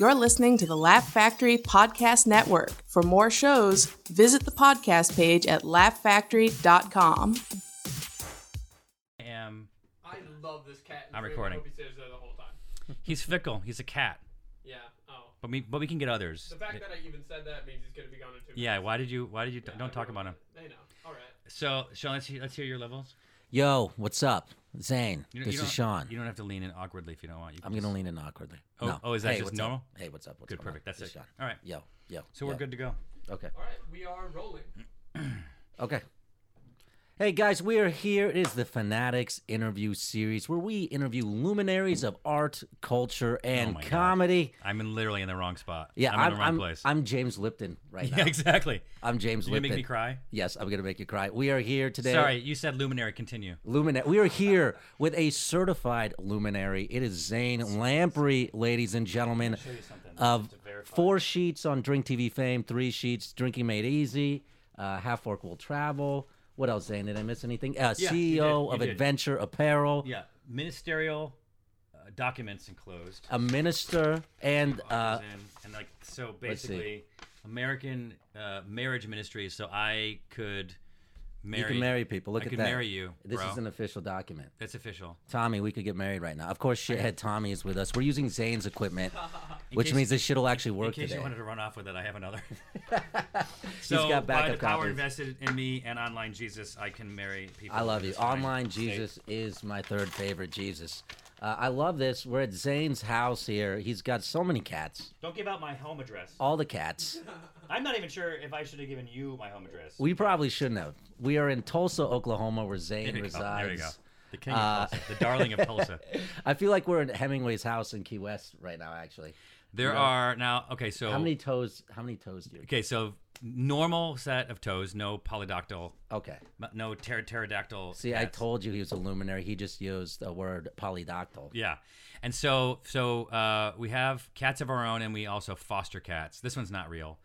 you're listening to the Laugh Factory Podcast Network. For more shows, visit the podcast page at laughfactory.com. I am. I love this cat. I'm recording. Hope he stays there the whole time. He's fickle. He's a cat. Yeah. Oh. But we but we can get others. The fact that I even said that means he's gonna be gone in two. yeah. Why did you Why did you don't talk about him? They know. All right. So Sean, let's hear, let's hear your levels. Yo, what's up? Zane. You, this you is don't- Sean. You don't have to lean in awkwardly if you don't want. You can I'm going to just- lean in awkwardly. Oh, No. oh, is that Hey, just what's up? normal? Hey, what's up? What's Good, going on? perfect. That's This is it. Sean. All right. Yo, yo. So we're yo. good to go. Okay. All right. We are rolling. Okay. Hey guys, we are here. It is the Fanatics interview series where we interview luminaries of art, culture, and Oh my God. comedy. I'm in, literally in the wrong spot. Yeah, I'm, in the wrong I'm, place. I'm James Lipton right now. yeah, exactly. I'm James You're gonna Lipton. make me cry. Yes, I'm gonna make you cry. We are here today. Sorry, you said luminary. Continue. Luminary. We are here with a certified luminary. It is Zane Lamprey, ladies and gentlemen, of four sheets on Drink TV fame, three sheets Drinking Made Easy, uh, Half Fork Will Travel. What else, Zane? Did I miss anything? Uh, Yeah, CEO you did, you of did. Adventure Apparel, Yeah, ministerial uh, documents enclosed. a minister, and uh, and, and like so let's see. basically American uh, marriage ministry. So I could marry. you can marry people. Look I at could that. marry you, This bro. is an official document. That's official. Tommy, we could get married right now. Of course, shithead Tommy is with us. We're using Zane's equipment, which case- means this shit will actually work In case today. you wanted to run off with it, I have another. so got by the backup power copies. invested in me and online Jesus, I can marry people. I love you. That's fine. Online Okay. Jesus is my third favorite Jesus. Uh, I love this. We're at Zane's house here. He's got so many cats, Don't give out my home address. all the cats. I'm not even sure if I should have given you my home address. We probably shouldn't have. We are in Tulsa, Oklahoma, where Zane there you go. resides. uh, There you go. The king of Tulsa, the darling of Tulsa. I feel like we're in Hemingway's house in Key West right now. Actually, There are now. Okay, so how many toes? How many toes do you? Oh. Okay, so normal set of toes, no polydactyl, Okay. no pter- pterodactyl. See, I hats. told you he was a luminary. He just used the word polydactyl. Yeah, and so so uh, we have cats of our own, and we also foster cats. This one's not real.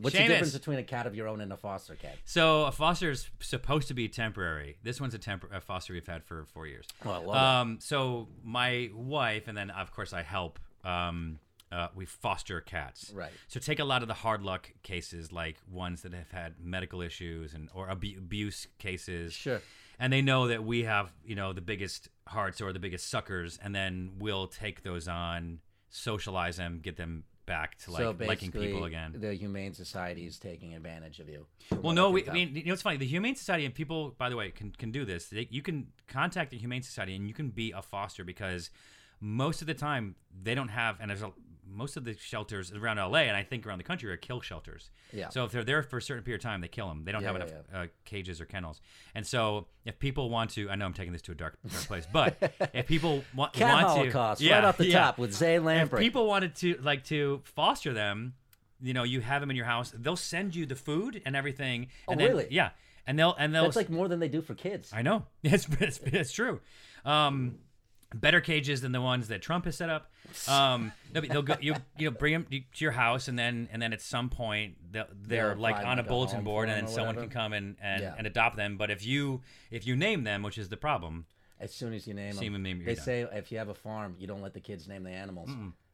What's Seamus. the difference between a cat of your own and a foster cat? So a foster is supposed to be temporary. This one's a, tempor- a foster we've had for four years. Oh, I love that. Um, so my wife, and then of course I help. Um, uh, we foster cats, Right. So take a lot of the hard luck cases, like ones that have had medical issues and or abu- abuse cases. Sure. And they know that we have, you know, the biggest hearts or the biggest suckers, and then we'll take those on, socialize them, get them back to like so liking basically, people again. the Humane Society is taking advantage of you. Well, no, we, I mean, you know, it's funny. The Humane Society and people, by the way, can, can do this. They, you can contact the Humane Society and you can be a foster because most of the time they don't have, and there's a, most of the shelters around LA and I think around the country are kill shelters. Yeah. So if they're there for a certain period of time, they kill them. They don't Yeah, have yeah, enough uh, cages or kennels. And so if people want to, I know I'm taking this to a dark, dark place, but if people want, Cat want Holocaust to, yeah, right off the yeah. top with Zane If Lamprey. people wanted to like to foster them, you know, you have them in your house. They'll send you the food and everything. And then, Oh, really? Yeah, and they'll and they'll. That's like more than they do for kids. I know. It's it's, it's true. Um, better cages than the ones that Trump has set up. Um, no, but they'll go. You you know, bring them to your house, and then and then at some point they're, they're They'll like find, on like, a a bulletin home board, for and then 'em or someone whatever. can come and and, Yeah. and adopt them. But if you if you name them, which is the problem, As soon as you name Same with them, me, you're they done. say if you have a farm, you don't let the kids name the animals.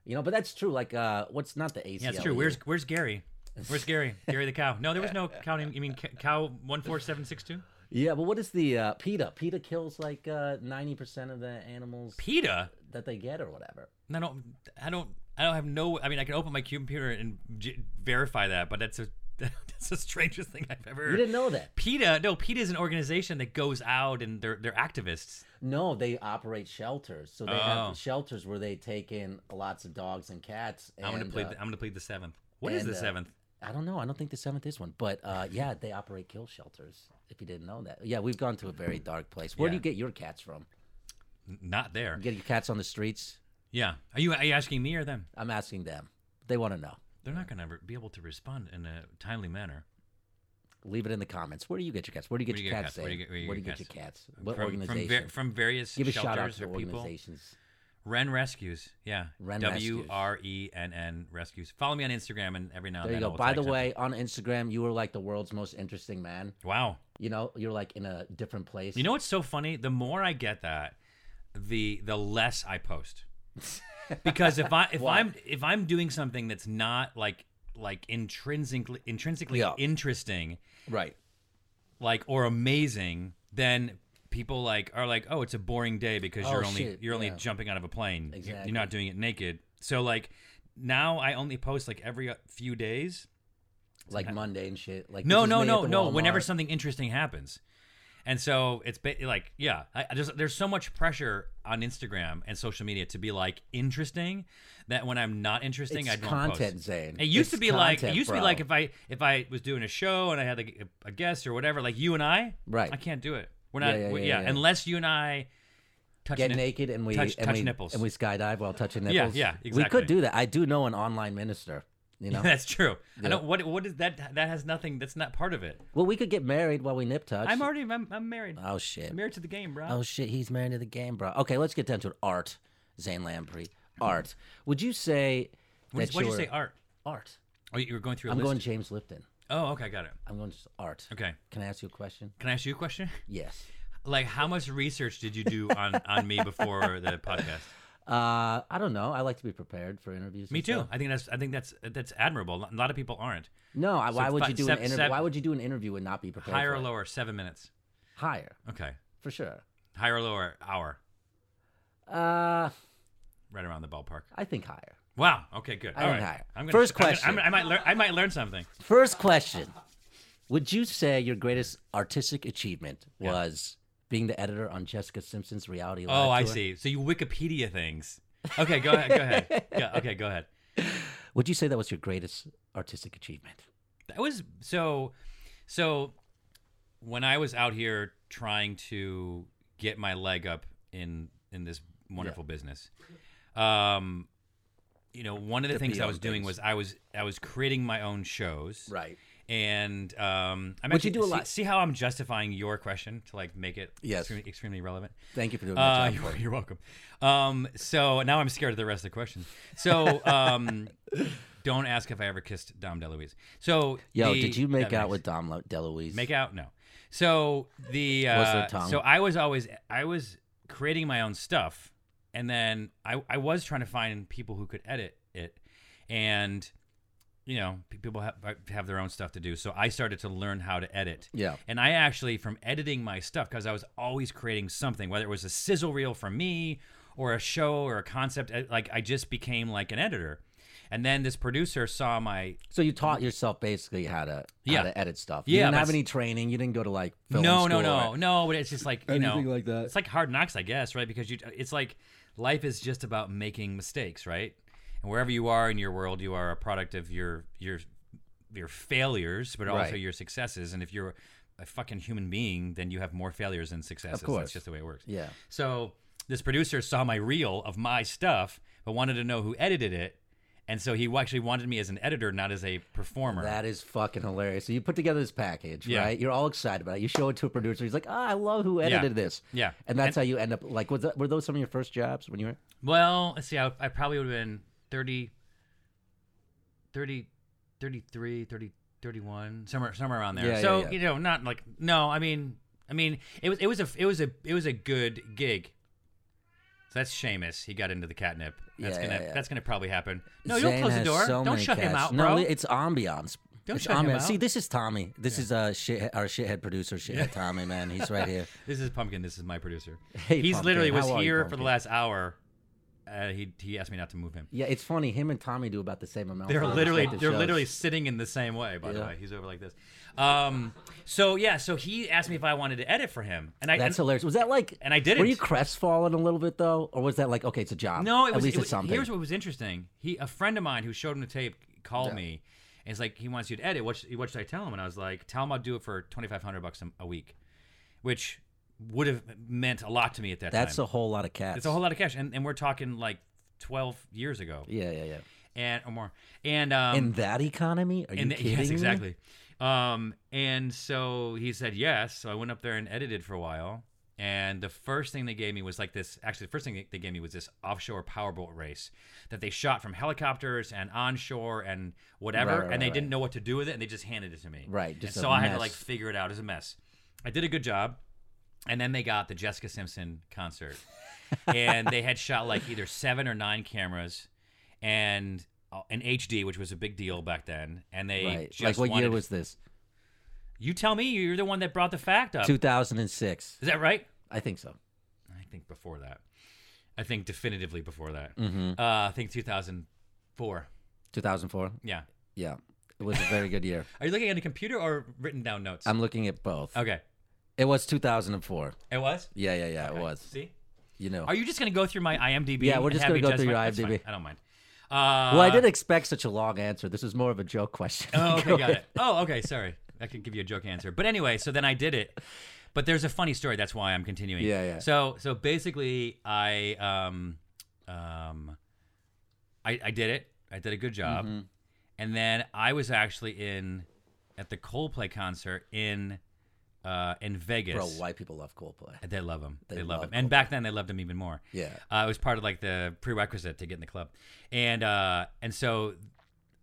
You know, but that's true. Like, uh, what's not the ACLU? Yeah, it's true. Where's Where's Gary? Where's Gary? Gary the cow? No, there was no cow. Name, you mean ca- cow one four seven six two? yeah, but what is the uh, PETA? PETA kills like uh, ninety percent of the animals PETA? that they get or whatever. I don't. I don't. I don't have no. I mean, I can open my computer and j- verify that, but that's a that's the strangest thing I've ever. You didn't know that? PETA? No, PETA is an organization that goes out and they're they're activists. No, they operate shelters, so they Oh. have shelters where they take in lots of dogs and cats. And, I'm gonna plead. uh, the, I'm gonna plead the seventh. What is and, the uh, seventh? I don't know. I don't think the seventh is one, but uh, yeah, they operate kill shelters. If you didn't know that, yeah, we've gone to a very dark place. Where do Yeah. you get your cats from? N- Not there. You get your cats on the streets? Yeah. Are you are you asking me or them? I'm asking them. They want to know. They're not gonna be able to respond in a timely manner. Leave it in the comments. Where do you get your cats? Where do you get Where do your you get cats? Where cats? do Zane? you get- where do you Where do you get get your cats? cats? What from, organization? From, var- from various Give a shelters shout out to the or people. organizations. Ren Rescues. Yeah. Ren W Rescues. R E N N Rescues. Follow me on Instagram and every now and There you then. go. I'll By tag the something. way, on Instagram, you were like the world's most interesting man. Wow. You know, you're like in a different place. You know what's so funny? The more I get that, the the less I post. because if I if Why? I'm if I'm doing something that's not like like intrinsically intrinsically Yeah. interesting, Right. like or amazing, then people like are like, oh, it's a boring day because Oh, you're only shit, you're only yeah. jumping out of a plane. You're- Exactly. You're not doing it naked. So like now I only post like every few days. Like Monday and shit. Like No, this is no, me no, at the no. Whenever Walmart. something interesting happens, and so it's ba- like, yeah, I, I just there's so much pressure on Instagram and social media to be like interesting that when I'm not interesting, I It's don't content, post. Zane. It used It's to be like it content, used to be bro. like if I if I was doing a show and I had like a, a guest or whatever, like you and I, Right. I can't do it. We're Yeah, not, yeah, we- yeah, yeah, yeah. unless you and I touch get nip- naked and we touch, and touch we, nipples. and we skydive while touching Yeah, nipples. yeah, We could exactly. do that. I do know an online minister. You know, That's true. Yeah. I don't. What? What is that? That has nothing. That's not part of it. well, we could get married while we nip touch. I'm already. I'm, I'm married. Oh shit. I'm married to the game, bro. Oh shit, he's married to the game, bro. Okay, let's get down to it. Art, Zane Lamprey. Art. Would you say What that did you your- say? Art. Art. Oh, you were going through. A I'm list. going James Lipton. Oh, okay, got it. I'm going just art. Okay, Can I ask you a question? can I ask you a question? Yes. Like, how much research did you do on on me before the podcast? Uh, I don't know. I like to be prepared for interviews. Me and too. stuff. I think that's I think that's that's admirable. A lot of people aren't. No, I, why So would fi- you do an sep- interview? sep- why would you do an interview and not be prepared? Higher for or it? lower? Seven minutes. Higher, Okay. for sure. Higher or lower? Hour. Uh, Right around the ballpark. I think higher. Wow. Okay. Good. I All think right. higher. I'm gonna, First I'm gonna- question. I'm gonna- i might learn. I might learn something. First question: Would you say your greatest artistic achievement was being the editor on Jessica Simpson's reality? Live Oh, I tour? see. So you Wikipedia things. Okay. Go ahead. Go ahead. Yeah. Okay. Go ahead. Would you say that was your greatest artistic achievement? That was so. So when I was out here trying to get my leg up in in this wonderful business, um, you know, one of the To things be I on was doing things. was I was I was creating my own shows, Right. And um, I'm Which actually, you do a see- lot. See, how I'm justifying your question to like make it Yes. extremely, extremely relevant. Thank you for doing Uh, that. job. you're, you're welcome. Um, so now I'm scared of the rest of the question. So um, don't ask if I ever kissed Dom DeLuise. So Yo, the- did you make that out makes- with Dom Lo- DeLuise? make out? No. So the uh, Was there tongue? so I was always I was creating my own stuff, and then I I was trying to find people who could edit it, and you know pe- people have have their own stuff to do. So I started to learn how to edit. Yeah. And I actually, from editing my stuff, because I was always creating something, whether it was a sizzle reel for me or a show or a concept, I- like I just became like an editor. And then this producer saw my So you taught yourself basically how to Yeah. how to edit stuff. you Yeah, didn't but have it's- any training. You didn't go to like film no, no, school no, or- no. But it's just like you know, Anything like that. It's like hard knocks, I guess, right? Because you, it's like life is just about making mistakes, right? And wherever you are in your world, you are a product of your your your failures, but also Right. your successes. And if you're a fucking human being, then you have more failures than successes. course. That's just the way it works. Yeah. So this producer saw my reel of my stuff, but wanted to know who edited it. And so he actually wanted me as an editor, not as a performer. That is fucking hilarious. So you put together this package, Yeah. right? You're all excited about it. You show it to a producer. He's like, "Ah, I love who edited this." Yeah. And that's how you end up. Like, was that, were those some of your first jobs when you were? Well, let's see. I, I probably would have been 30, 30, 33, 30, 31, somewhere somewhere around there. Yeah, yeah, so yeah. you know, not like no. I mean, I mean, it was it was a it was a it was a good gig. So that's Seamus. He got into the catnip. That's Yeah, gonna yeah, yeah. that's gonna probably happen. No, Zane you'll close the has door. so Don't many shut him cats. out, No, bro. it's ambiance. Don't It's shut him ambiance. out. See, this is Tommy. This is uh, shit, our shithead producer, shithead Tommy, man. He's right here. this is Pumpkin. This is my producer. Hey, He's Pumpkin, literally was how are you, here for the Pumpkin? last hour. Uh, he he asked me not to move him. Yeah, it's funny. Him and Tommy do about the same amount. They're of literally respective they're shows. literally sitting in the same way. By the Yeah. way, he's over like this. Um, so yeah, so he asked me if I wanted to edit for him, and I That's and, hilarious. Was that like? and I didn't. Were you crestfallen a little bit though, or was that like, okay, it's a job? no, it at was, least it it's was- something. Here's what was interesting. He a friend of mine who showed him the tape called me, and it's like he wants you to edit. What should, what should I tell him? And I was like, tell him I'll do it for twenty five hundred bucks a- a week, which would have meant a lot to me at that That's time. a whole lot of cats. it's a whole lot of cash, and, and we're talking like twelve years ago Yeah, yeah, yeah. and or more. And um, in that economy, are you and th- kidding yes, me? exactly. Um, and so he said yes. So I went up there and edited for a while. And the first thing they gave me was like this. Actually, the first thing they gave me was this offshore powerboat race that they shot from helicopters and onshore and whatever. Right, right, and they right, didn't right. know what to do with it, and they just handed it to me. Right, just and a so I had to mess. like figure it out as a mess. I did a good job. And then they got the Jessica Simpson concert. and they had shot like either seven or nine cameras, and uh, an HD, which was a big deal back then. And they right. just Like what year wanted- was this? You tell me. You're the one that brought the fact up. 2006. Is that right? I think so. I think before that. I think definitively before that. Mm-hmm. Uh, I think 2004. 2004. Yeah. Yeah. It was a very good year. Are you looking at a computer or written down notes? I'm looking at both. okay. It was 2004. It was? Yeah, yeah, yeah. It was. See? You know. Are you just going to go through my IMDb? Yeah, we're and just have gonna me go judge through my- your that's fine. IMDb. I don't mind. Uh, well, I didn't expect such a long answer. This is more of a joke question. Oh, okay, got it. Oh, okay, sorry. I could give you a joke answer. But anyway, so then I did it. But there's a funny story. That's why I'm continuing. Yeah, yeah. So, so basically, I, um, um, I, I did it. I did a good job. Mm-hmm. And then I was actually in at the Coldplay concert in, uh, in Vegas. Bro, white people love Coldplay. They love him. They, They love, him. love And back then, they loved him even more. Yeah. uh, it was part of like the prerequisite to get in the club, and uh, and so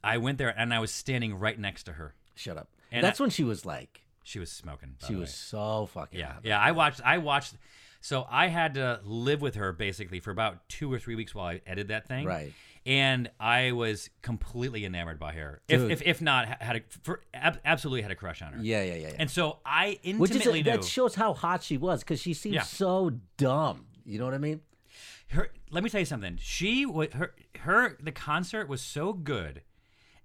I went there and I was standing right next to her. Shut up. And That's I- when she was like, She was smoking. by she the was way. so fucking. Yeah, hot. yeah. I watched. I watched. So I had to live with her basically for about two or three weeks while I edited that thing. Right. And I was completely enamored by her. If, Dude. if if not ha- had a for, ab- absolutely had a crush on her. Yeah, yeah, yeah. yeah. And so I Which is intimately knew. that shows how hot she was because she seemed Yeah. so dumb. You know what I mean? her let me tell you something she wa her her the concert was so good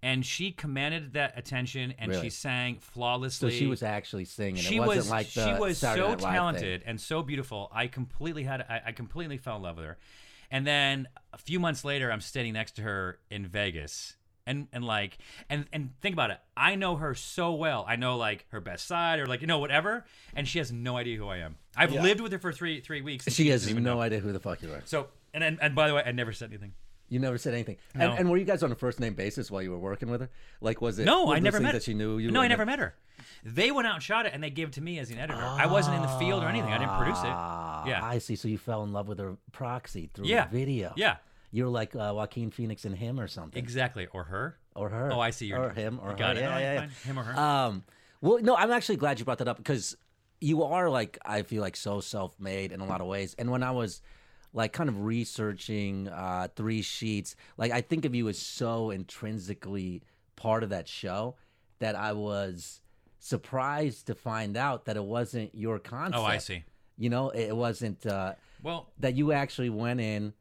and she commanded that attention and Really? she sang So flawlessly she was actually singing. she it wasn't was like the she was Saturday so Night Live thing. talented and so beautiful i completely had I, I completely fell in love with her and then a few months later i'm standing next to her in vegas and and like and and think about it i know her so well i know like her best side or like you know whatever and she has no idea who i am i've lived with her for three three weeks and She has doesn't even no know. idea who the fuck you are. so and, and and by the way i never said anything You never said anything. No. And, and were you guys on a first name basis while you were working with her? Like, was it? No, I one of those never things met. that she knew you. No, were I in never the- met her. They went out and shot it, and they gave it to me as an editor. I wasn't in the field or anything. I didn't produce Ah, it. Yeah, I see. So you fell in love with her proxy through Yeah. the video. Yeah. You were like uh, Joaquin Phoenix and him or something. exactly. Or her. or her. Oh, I see. You're, Or him or you got her. It. Yeah, Oh, yeah, fine. Him or her. yeah. Um, well, no, I'm actually glad you brought that up because you are like I feel like so self-made in a lot of ways. And when I was like kind of researching uh, three sheets, like I think of you as so intrinsically part of that show that I was surprised to find out that it wasn't your concept. oh, I see. You know, it it wasn't. Uh, Well, that you actually went in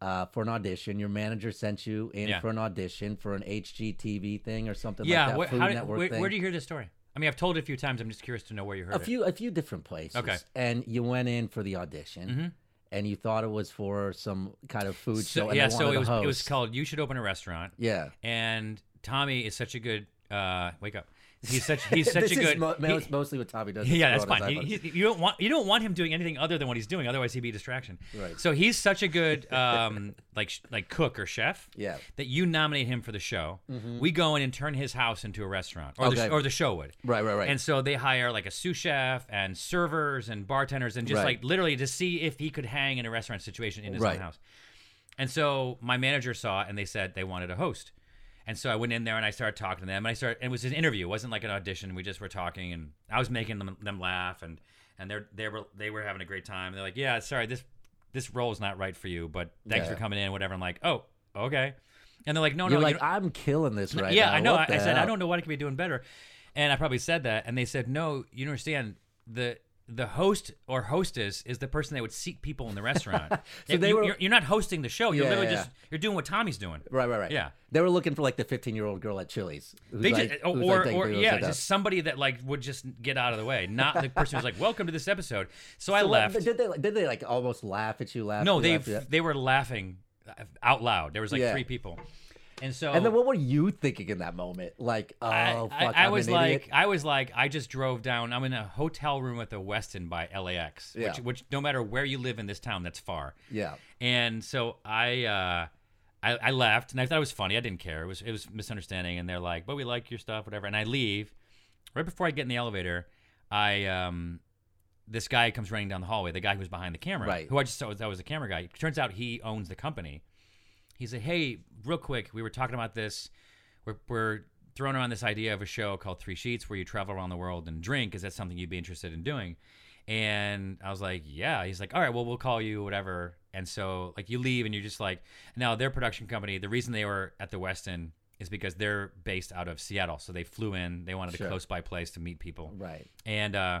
uh, for an audition. Your manager sent you in Yeah. for an audition for an HGTV thing or something yeah. like that. where, Food how did- Network where, thing. where do you hear this story? I mean, I've told it a few times. I'm just curious to know where you heard a few a few different places. Okay. And you went in for the audition. And you thought it was for some kind of food it. So, show. And yeah. they So wanted it a was it was host. called "You Should Open a Restaurant." Yeah. And Tommy is such a good. uh Wake up. He's such he's such this a good. Is mo- he- most- mostly what Tommy does. Yeah, that's is throw out fine. his He- iPhone. he- you don't want you don't want him doing anything other than what he's doing. Otherwise, he'd be a distraction. Right. So he's such a good um, like sh- like cook or chef. Yeah. Mm-hmm. That you nominate him for the show. We go in and turn his house into a restaurant, or Okay. the, or the show would. Right, right, right. And so they hire like a sous chef and servers and bartenders and just Right. like literally to see if he could hang in a restaurant situation in his Right. own house. And so my manager saw it and they said they wanted a host. And so I went in there and I started talking to them. And I started, and it was an interview. It wasn't like an audition. We just were talking, and I was making them, them laugh, and and they're they were they were having a great time. They're like, yeah, sorry, this this role is not right for you, but thanks Yeah. for coming in, whatever. I'm like, oh, okay. And they're like, no, You're no, like, don't- I'm killing this right yeah, now. I know. I, What I the said I hell?" don't know what I could be doing better, and I probably said that. And they said, "No, you don't understand the the host or hostess is the person that would seat people in the restaurant. so they you, were- are you're not hosting the show. You're Yeah, literally yeah, just you're doing what Tommy's doing. Right, right, right. Yeah. They were looking for like the 15 year old girl at Chili's. who's They like- just who's or, like, "Thank or you, yeah, sit down." just somebody that like would just get out of the way, not the person who's like, "Welcome to this episode." So, I So what- left. Did they did they like almost laugh at you? Laugh? no, at they you, laugh at you? they were laughing uh, out loud. There was like Yeah. three people, and so And then what were you thinking in that moment? Like, oh oh. I, fuck, I, I am was an like, idiot. I was like, I just drove down. I'm in a hotel room at the Westin by LAX, Yeah. which, which no matter where you live in this town, that's far. yeah, And so I, uh, I, I left, and I thought it was funny. I didn't care. It was it was misunderstanding, and they're like, "But we like your stuff, whatever." And I leave. Right before I get in the elevator, I um, this guy comes running down the hallway. The guy who was behind the camera, Right. Who I just saw was- that was the camera guy. turns out he owns the company. He said, "Hey, real quick, we were talking about this. We're, we're throwing around this idea of a show called Three Sheets, where you travel around the world and drink. Is that something you'd be interested in doing?" And I was like, yeah. He's like, all right, well, we'll call you, whatever. And so, like, you leave and you're just like, now their production company, the reason they were at the Westin is because they're based out of Seattle. So they flew in, they wanted Sure. a close by place to meet people. Right. And, uh,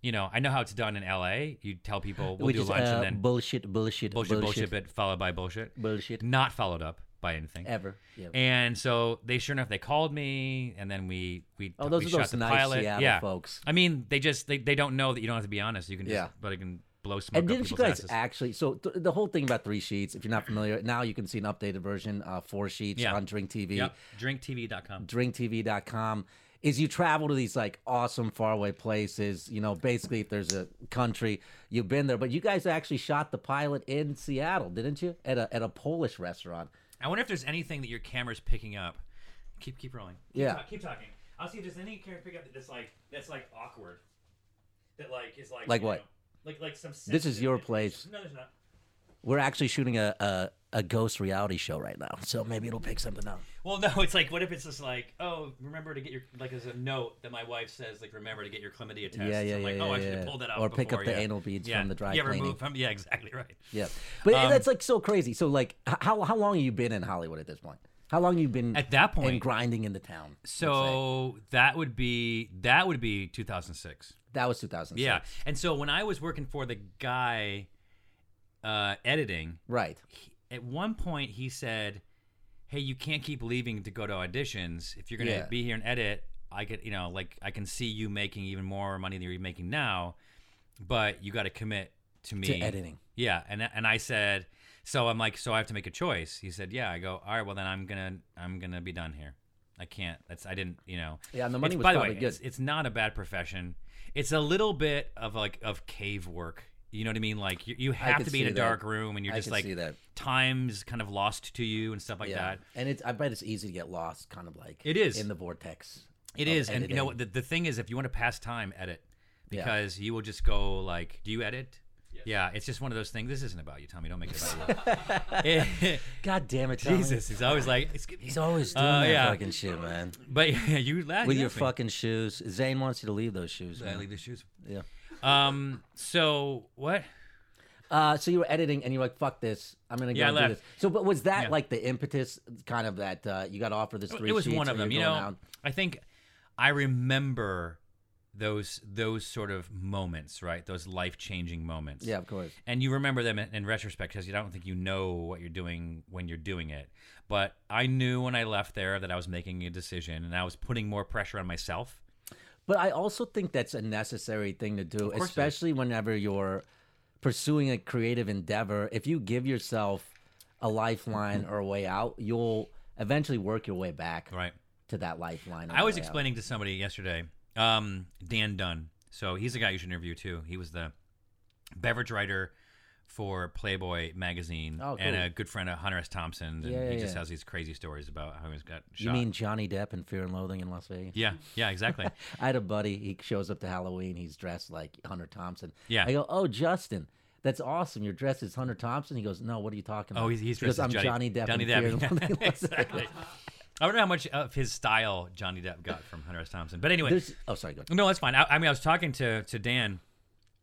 you know, I know how it's done in LA. You tell people, we'll Which do is lunch uh, and then bullshit, bullshit, bullshit, bullshit, bullshit, but followed by bullshit. bullshit, Not followed up by anything. ever. Yeah. And so they sure enough they called me and then we we Oh, those we are shot those the nice pilot. Seattle yeah. folks. I mean, they just they, they don't know that you don't have to be honest. You can just Yeah. but it can blow smoke. And up didn't you people's guys asses. actually? So th- the whole thing about three sheets. If you're not familiar, now you can see an updated version, uh, four sheets Yeah. on Drink TV, Yep. drinktv.com. drinktv.com. Is you travel to these like awesome faraway places. You know, basically, if there's a country you've been there, but you guys actually shot the pilot in Seattle, didn't you? At a at a Polish restaurant. I wonder if there's anything that your camera's picking up. Keep keep rolling. Keep Yeah. talk- keep talking. I'll see if there's any camera pick up that's like that's like awkward. That like is like Like you what? know, like like some This is your sensitive- place. No, there's not. We're actually shooting a, a a ghost reality show right now, so maybe it'll pick something up. Well, no, it's like, what if it's just like, oh, remember to get your, like, there's a note that my wife says, like, remember to get your chlamydia test. Yeah, So yeah, I'm like, yeah, oh, I yeah, should have yeah. pulled that out Or pick before, up the yeah. anal beads yeah. from the dry yeah, cleaning. Remove from, yeah, exactly right. Yeah, but Um, that's like so crazy. So like, h- how how long have you been in Hollywood at this point? How long you been At that point- and grinding in the town? let's say? So that would be, that would be 2006. that was 2006. Yeah. And so when I was working for the guy uh, editing, right. he- at one point he said, "Hey, you can't keep leaving to go to auditions. If you're gonna Yeah. be here and edit, I could, you know, like I can see you making even more money than you're making now, but you got to commit to me To editing. Yeah, and and I said, so I'm like, so I have to make a choice. He said, yeah. I go, all right, well then I'm gonna I'm gonna be done here. I can't. That's I didn't. You know. Yeah, and the money It's- was by the probably way, good. It's, it's not a bad profession. It's a little bit of like of cave work. You know what I mean? Like you, you have could to be in see a that. dark room, and you're I just can like see that. time's kind of lost to you and stuff like yeah. that. And it's I bet it's easy to get lost, kind of like It is. in the vortex. It of is, and you know editing. what? The, the thing is, if you want to pass time, edit Yeah. because you will just go like, "Do you edit?" Yeah, it's just one of those things. This isn't about you, Tommy. Don't make it about you. God damn it, Tommy. Jesus, he's always like, "Excuse me." He's always doing Uh, that yeah. fucking shit, man. But you laugh With you your laugh at me. fucking shoes. Zane wants you to leave those shoes. I man. leave the shoes. Yeah. Um. So what? Uh, so you were editing, and you were like, "Fuck this! I'm gonna go Yeah, I and do left. this." So, but was that Yeah. like the impetus, kind of that uh, you got offered this three? it was sheets one of and them. you're You know, going out? I think I remember those those sort of moments, right? Those life changing moments. Yeah, of course. and you remember them in, in retrospect because you don't think you know what you're doing when you're doing it. But I knew when I left there that I was making a decision and I was putting more pressure on myself. But I also think that's a necessary thing to do, course it is. especially whenever you're pursuing a creative endeavor. If you give yourself a lifeline or a way out, you'll eventually work your way back Mm-hmm. Right. to that lifeline. or I was way out. explaining to somebody yesterday, um, Dan Dunn. So he's a guy you should interview too. He was the beverage writer for Playboy magazine Oh, and cool. a good friend of Hunter S. Thompson. And Yeah, he yeah, just yeah. has these crazy stories about how he's got shot. You mean Johnny Depp in Fear and Loathing in Las Vegas? yeah, yeah, exactly. I had a buddy. He shows up to Halloween. He's dressed like Hunter Thompson. Yeah. I go, oh Justin, that's awesome. You're dressed as Hunter Thompson. He goes, no, what are you talking about? Oh, he's, he's he goes, dressed I'm as Johnny, Depp. Johnny in Fear and Depp. Loathing in Las Vegas." exactly. I wonder how much of his style Johnny Depp got from Hunter S. Thompson. But anyway, There's, oh, sorry. Go ahead. no, that's fine. I, I mean, I was talking to to Dan,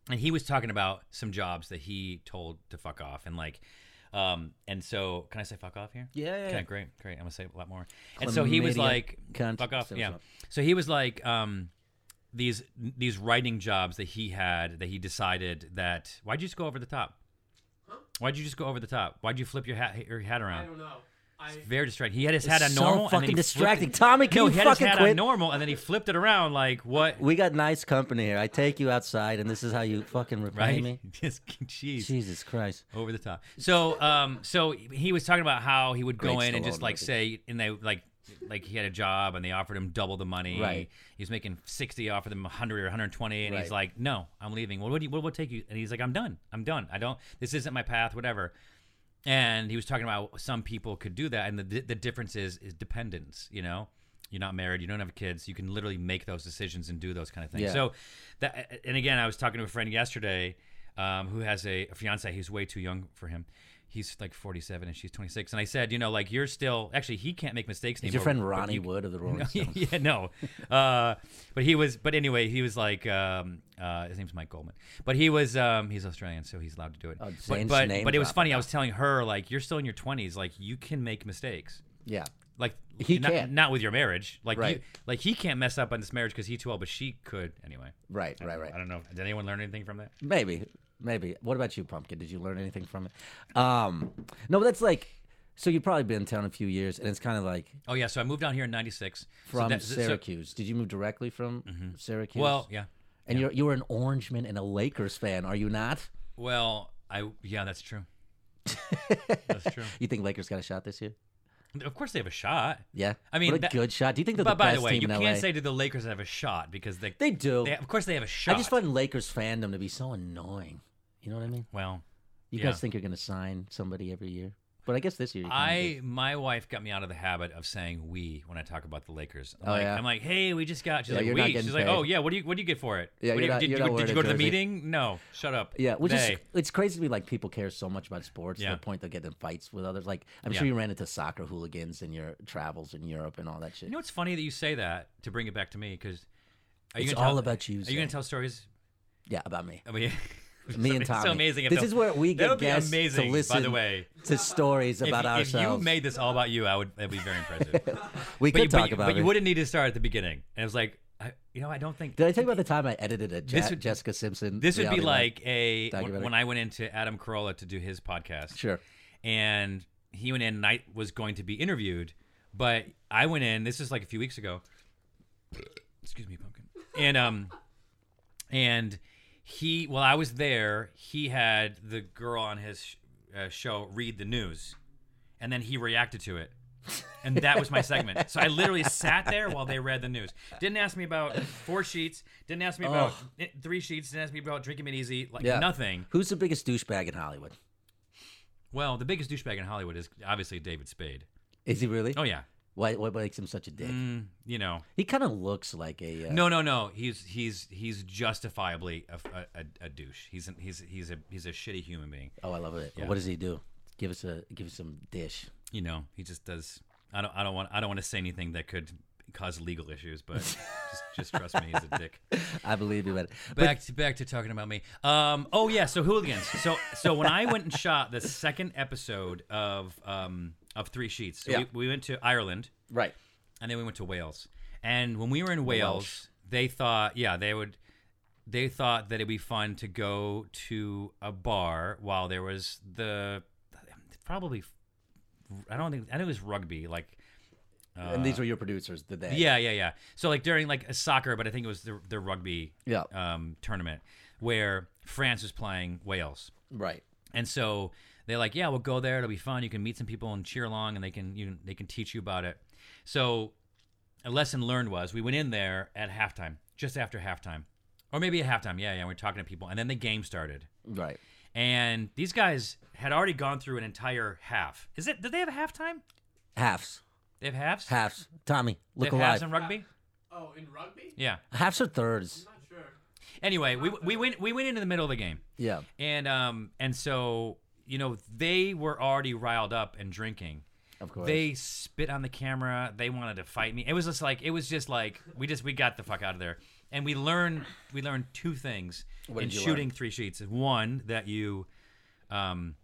and he was talking about some jobs that he told to fuck off, and like, um, and so can I say fuck off here? Yeah, yeah, Okay, yeah. great, great. I'm gonna say a lot more. And so he was Chlamydia like, cunt. fuck off, Say what's yeah. up. So he was like, um, these these writing jobs that he had that he decided that why'd you just go over the top? Why'd you just go over the top? Why'd you flip your hat your hat around? I don't know. I very distracting. He had his hat on so normal. and fucking then he flipped distracting. It. Tommy, can no, you he had fucking his hat quit? on normal, and then he flipped it around like what? We got nice company here. I take you outside, and this is how you fucking repay Right? me. Just jeez, Jesus Christ. over the top. So, um, so he was talking about how he would go Great in and just Stallone like movie. say, and they like. Like he had a job and they offered him double the money. Right. He was making sixty, offered them hundred or one hundred twenty, and Right. he's like, "No, I'm leaving. Well, what do you, what will take you?" And he's like, "I'm done. I'm done. I don't. This isn't my path. Whatever." and he was talking about some people could do that and the, the difference is is dependence you know you're not married you don't have kids you can literally make those decisions and do those kind of things Yeah. so that and again i was talking to a friend yesterday um, who has a, a fiance who's way too young for him he's like 47 and she's 26. And I said, you know, like you're still actually he can't make mistakes Is anymore. your friend but Ronnie you- Wood of the Rolling Stones? yeah, no. Uh, but he was. But anyway, he was like um, uh, his name's Mike Goldman. But he was. Um, he's Australian, so he's allowed to do it. Oh, but Zane's but, name but it was dropping. funny. I was telling her like you're still in your 20s. Like you can make mistakes. Yeah. Like He not, can. not with your marriage. Like you, Right. like he can't mess up on this marriage because he too old. But she could anyway. Right, I right, don't- right. I don't know. Did anyone learn anything from that? Maybe, maybe. What about you, Pumpkin? Did you learn anything from it? Um, no, that's like. So you've probably been in town a few years, and it's kind of like Oh yeah. So I moved down here in '96 So from that- so- Mm-hmm. Syracuse. Did you move directly from Syracuse? well, yeah. and you're you're an Orangeman and a Lakers fan, are you not? Well, I yeah, that's true. that's true. You think Lakers got a shot this year? Of course, they have a shot. Yeah, I mean, what a that- good shot. Do you think they're But the by best the way, team you in LA? can't say do the Lakers have a shot because they, they do. they- of course they have a shot. I just find Lakers fandom to be so annoying. You know what I mean? well, You Yeah. guys think you're going to sign somebody every year, but I guess this year you kinda did. I my wife got me out of the habit of saying we when I talk about the Lakers. I'm Oh, like, yeah? I'm like, hey, we just got. She's Yeah, like, you're not we. getting She's like, paid. oh yeah, what do you what do you get for it? Yeah, What do you're you- not- did you're you, not did wearing you a go to the jersey. meeting? No, shut up. Yeah, which They. is it's crazy to me. Like people care so much about sports to Yeah. the point they'll get in fights with others. Like I'm Yeah. sure you ran into soccer hooligans in your travels in Europe and all that shit. You know, it's funny that you say that to bring it back to me because It's gonna all tell- about you, Are you going Zane. to tell stories? yeah, about me, I mean, me and it's Tommy. so amazing. if This they'll- is where we that get would be guests amazing, to by the listen way. to stories if, about if you ourselves. made this all about you, I would. That'd be very impressive. we but could you, talk but, you- about but it. you wouldn't need to start at the beginning. And it was like, I, you know, I don't think Did I tell you about the time I edited a This Ja- would- Jessica Simpson? this would be reality lab? like a when, documentary. when I went into Adam Carolla to do his podcast. sure. and he went in and I was going to be interviewed, but I went in. This is like a few weeks ago. Excuse me, pumpkin. And um, and he while I was there, he had the girl on his sh- uh, show read the news, and then he reacted to it. And that was my segment. So I literally sat there while they read the news. Didn't ask me about four sheets. Didn't ask me about eh, three sheets. Didn't ask me about drinking it easy. Like Yeah. nothing. Who's the biggest douchebag in Hollywood? Well, the biggest douchebag in Hollywood is obviously David Spade. Is he really? Oh yeah, Why, what makes him such a dick? Mm, you know. He kind of looks like a. Uh, No, no, no. He's he's he's justifiably a, a, a- a douche. He's an, he's he's a he's a shitty human being. Oh, I love it. Yeah. What does he do? Give us a give us some dish. You know, he just does. I don't I don't want I don't want to say anything that could cause legal issues, but just just trust me, he's a dick. I believe you, but Back to back to talking about me. Um. Oh yeah. So hooligans. So so when I went and shot the second episode of um of Three Sheets, so Yeah. we, we went to Ireland. right. and then we went to Wales. And when we were in Wales, they thought, yeah, they would, they thought that it'd be fun to go to a bar while there was the probably, I don't think I think it was rugby, like and these were your producers, the day. Uh, yeah, yeah, yeah. So like during like a soccer, but I think it was the the rugby Yeah. um, tournament where France was playing Wales. Right. And so they're like, yeah, we'll go there. It'll be fun. You can meet some people and cheer along, and they can you they can teach you about it. So a lesson learned was we went in there at halftime, just after halftime, or maybe at halftime. Yeah, yeah. We we're talking to people, and then the game started, Right. and these guys had already gone through an entire half. Is it? Did they have a halftime? Halves. They have halves. Halves. Tommy, They look have halves alive. in rugby. Oh, in rugby? Yeah. Halves or thirds. Not sure. Anyway, we we went we went into the middle of the game. Yeah. And um and so you know they were already riled up and drinking. Of course. They spit on the camera. They wanted to fight me. It was just like it was just like we just we got the fuck out of there. And we learned we learned two things What in did you shooting three sheets. One that you um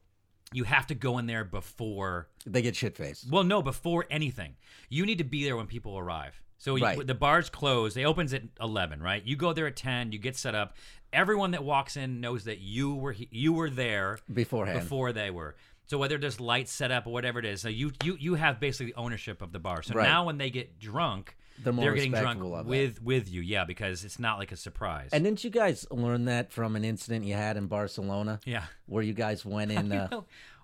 you have to go in there before they get shit faced. well, no, before anything, you need to be there when people arrive. So you- Right. the bar's closed. It opens at eleven, right? You go there at ten. You get set up. Everyone that walks in knows that you were he- you were there Beforehand. before they were. So whether there's lights set up or whatever it is, so you you you have basically ownership of the bar. So Right. now when they get drunk, They're more getting drunk respectful of that. with with you, yeah, because it's not like a surprise. And didn't you guys learn that from an incident you had in Barcelona? yeah, Where you guys went in. Uh,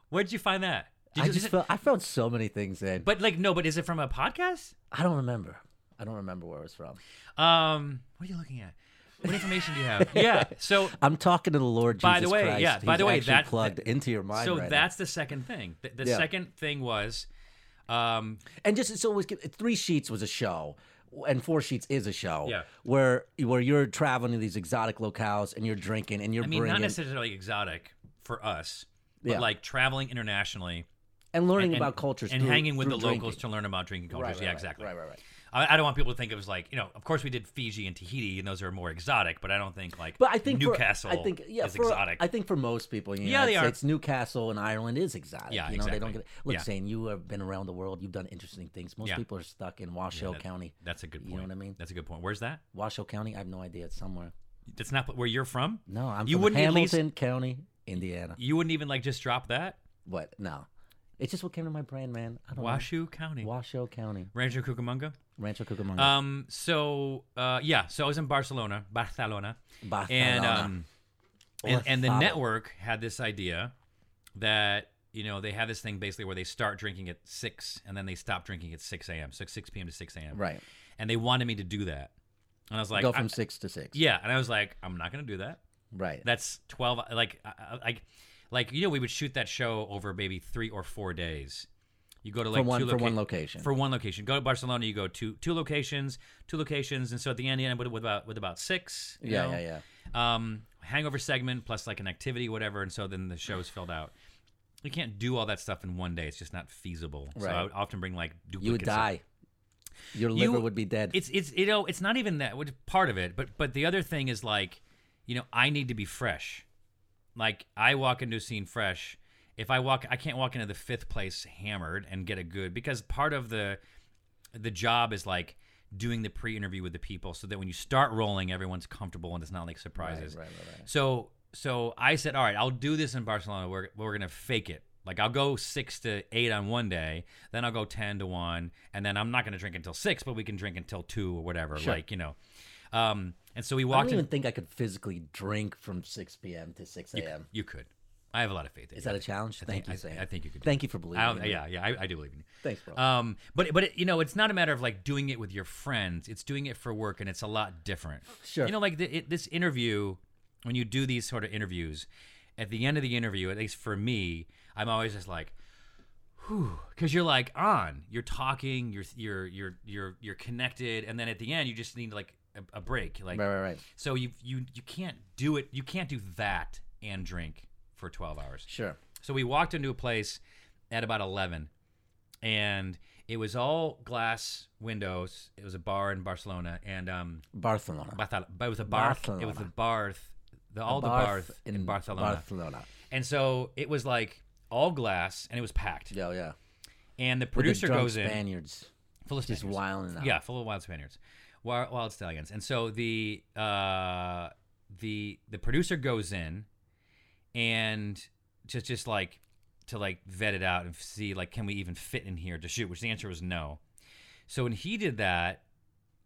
where'd you find that? Did I you- is just it- felt, I found so many things in. but like no, but is it from a podcast? I don't remember. I don't remember where it was from. Um, what are you looking at? What information do you have? yeah. So I'm talking to the Lord By the Jesus way, Christ. yeah, by He's the way, actually that- plugged into your mind. so right now. that's the second thing. The, the Yeah. second thing was, um, and just so it was three sheets was a show and four sheets is a show Yeah. where where you're traveling to these exotic locales and you're drinking and you're I mean, not bringing necessarily exotic for us. but Yeah. like traveling internationally and learning and- and- about cultures and through- hanging with the through locals drinking. to learn about drinking cultures. Right, right, yeah, right, exactly. Right, right, right. I, I don't want people to think it was like you know. Of course, we did Fiji and Tahiti, and those are more exotic. But I don't think like But I think for- Newcastle I think yeah, is for, exotic. I think for most people, in the Yeah, United they are. States, Newcastle and Ireland is exotic. Yeah, you know they don't exactly. get. Look, Yeah. Zane, you have been around the world. You've done interesting things. Most Yeah. people are stuck in Washoe that- County. That's a good point. You know what I mean? That's a good point. Where's that? Washoe County. I have no idea. It's somewhere. That's not where you're from. No, I'm You from wouldn't at least- Hamilton County, Indiana. You wouldn't even like just drop that What? No, it's just what came to my brain, man. I don't Washoe know. County, Washoe County, Rancho Cucamonga. Rancho Cucamonga, Um. So, uh, yeah. So I was in Barcelona, Barcelona, Barcelona. and um, and, and the Barcelona. network had this idea that you know they had this thing basically where they start drinking at six and then they stop drinking at six a.m. So six p.m. to six a.m. right. And they wanted me to do that, and I was like, Go I- from six to six. yeah. And I was like, I'm not gonna do that. Right. That's twelve. Like, I- I- like, like you know, we would shoot that show over maybe three or four days. You go to like for one two for one loca- location. for one location. Go to Barcelona, you go to two locations, two locations, and so at the end, you end up with with about with about six. you yeah, know? yeah, yeah. Um, hangover segment plus like an activity, whatever, and so then the show's filled out. You can't do all that stuff in one day; it's just not feasible. So I Right. would often bring like duplicates. You would of- die. Your liver You- would be dead. It's it's you know it's not even that which part of it, but but the other thing is like, you know, I need to be fresh. Like I walk into a scene fresh. If I walk, I can't walk into the fifth place hammered and get a good because part of the the job is like doing the pre-interview with the people so that when you start rolling everyone's comfortable and it's not like surprises Right, right, right, right. so so i said all right i'll do this in barcelona we're, we're gonna fake it like i'll go six to eight on one day then i'll go ten to one and then i'm not gonna drink until six but we can drink until two or whatever Sure. like you know um and so we I walked don't in even think I could physically drink from 6 p.m. to 6 you, a.m. you could i have a lot of faith in Is you. that a challenge? I Thank think, you, I, Sam. I think you could do Thank you for I believing. don't, in yeah, yeah, I, I do believe in you. Thanks, bro. Um, but but it, you know, it's not a matter of like doing it with your friends. It's doing it for work, and it's a lot different. Sure. You know, like the, it, this interview, when you do these sort of interviews, at the end of the interview, at least for me, I'm always just like, whew, because you're like on, you're talking, you're you're you're you're you're connected, and then at the end, you just need like a, a break, like Right, right, right. so you you you can't do it. You can't do that and drink for 12 hours. Sure. So we walked into a place at about 11 and it was all glass windows. It was a bar in Barcelona and um Barcelona. Barthel- but it was a bar it was a Barcelona. barth the, all the Barth bars in, Barcelona. Barcelona. And so it was like all glass and it was packed. Yeah, yeah. And the With the producer drunk goes in Spaniards. full of Just Spaniards. wilding out. Yeah, full of wild Spaniards, wild, wild stallions. And so the uh, the the producer goes in, and just just like to like vet it out and see like can we even fit in here to shoot? Which the answer was no. So when he did that,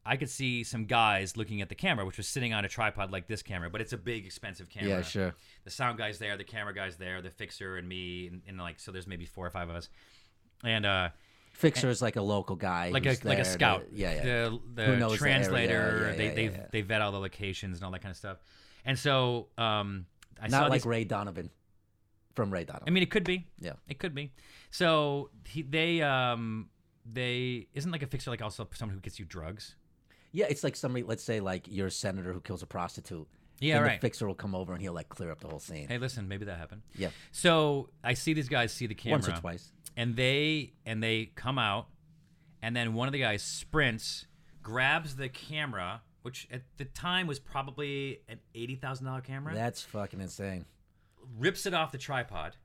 I could see some guys looking at the camera, which was sitting on a tripod like this camera, but it's a big expensive camera Yeah, sure. the sound guy's there, the camera guy's there, the fixer and me, and, and like so there's maybe four or five of us, and uh, Fixer is like a local guy. like a who's like a there to- scout, yeah, yeah. the, the Who knows the area, translator, yeah, they yeah, they yeah, yeah. they vet all the locations and all that kind of stuff, and so um, I saw Not like these- Ray Donovan from Ray Donovan. I mean, it could be, yeah. it could be. So he they um they isn't like a fixer like also someone who gets you drugs. Yeah, it's like somebody, let's say, like your senator who kills a prostitute. Yeah, and right. The fixer will come over and he'll like clear up the whole scene. Hey, listen, maybe that happened. yeah, So I see these guys see the camera once or twice. and they and they come out and then one of the guys sprints grabs the camera which at the time was probably an $80000 camera That's fucking insane. rips it off the tripod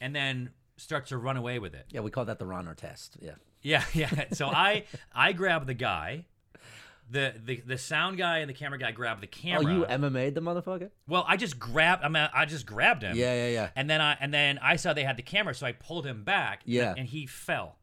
and then starts to run away with it Yeah, we call that the Ronner test. Yeah. yeah yeah so i i grab the guy the, the the sound guy and the camera guy grab the camera Oh, you MMA'd the motherfucker? well i just grabbed i mean i just grabbed him Yeah, yeah, yeah. and then i and then i saw they had the camera so i pulled him back Yeah. and he fell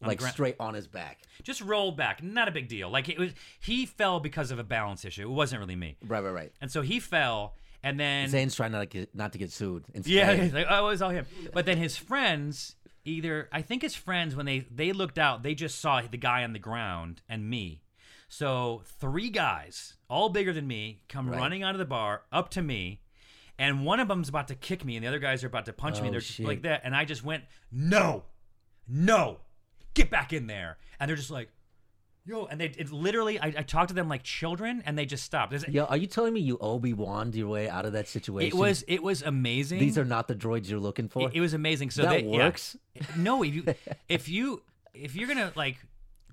on the Like ground. straight on his back. just roll back not a big deal like it was he fell because of a balance issue it wasn't really me Right, right, right. and so he fell and then Zane's trying not to get, not to get sued. In yeah Spain. it's like, oh it was all him but then his friends either i think his friends when they they looked out they just saw the guy on the ground and me so three guys all bigger than me come Right. running out of the bar up to me and one of them's about to kick me and the other guys are about to punch me Oh, they're just shit. like that and i just went no no get back in there and they're just like yo, and they it literally, I, I talked to them like children, and they just stopped. There's- Yo, are you telling me you Obi Wan your way out of that It situation? was it was amazing. These are not the droids you're looking for. it, it was amazing. So That they, yeah. works? No, if you if you if you're gonna like,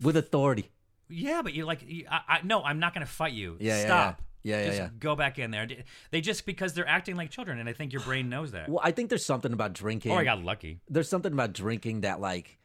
With authority. yeah, but you're like, you- I, I no, I'm not gonna fight you. Yeah, yeah, yeah. stop. Yeah, yeah, just yeah. Go back in there. They just because they're acting like children, and I think your brain knows that. Well, I think there's something about drinking. Or I got lucky. There's something about drinking that like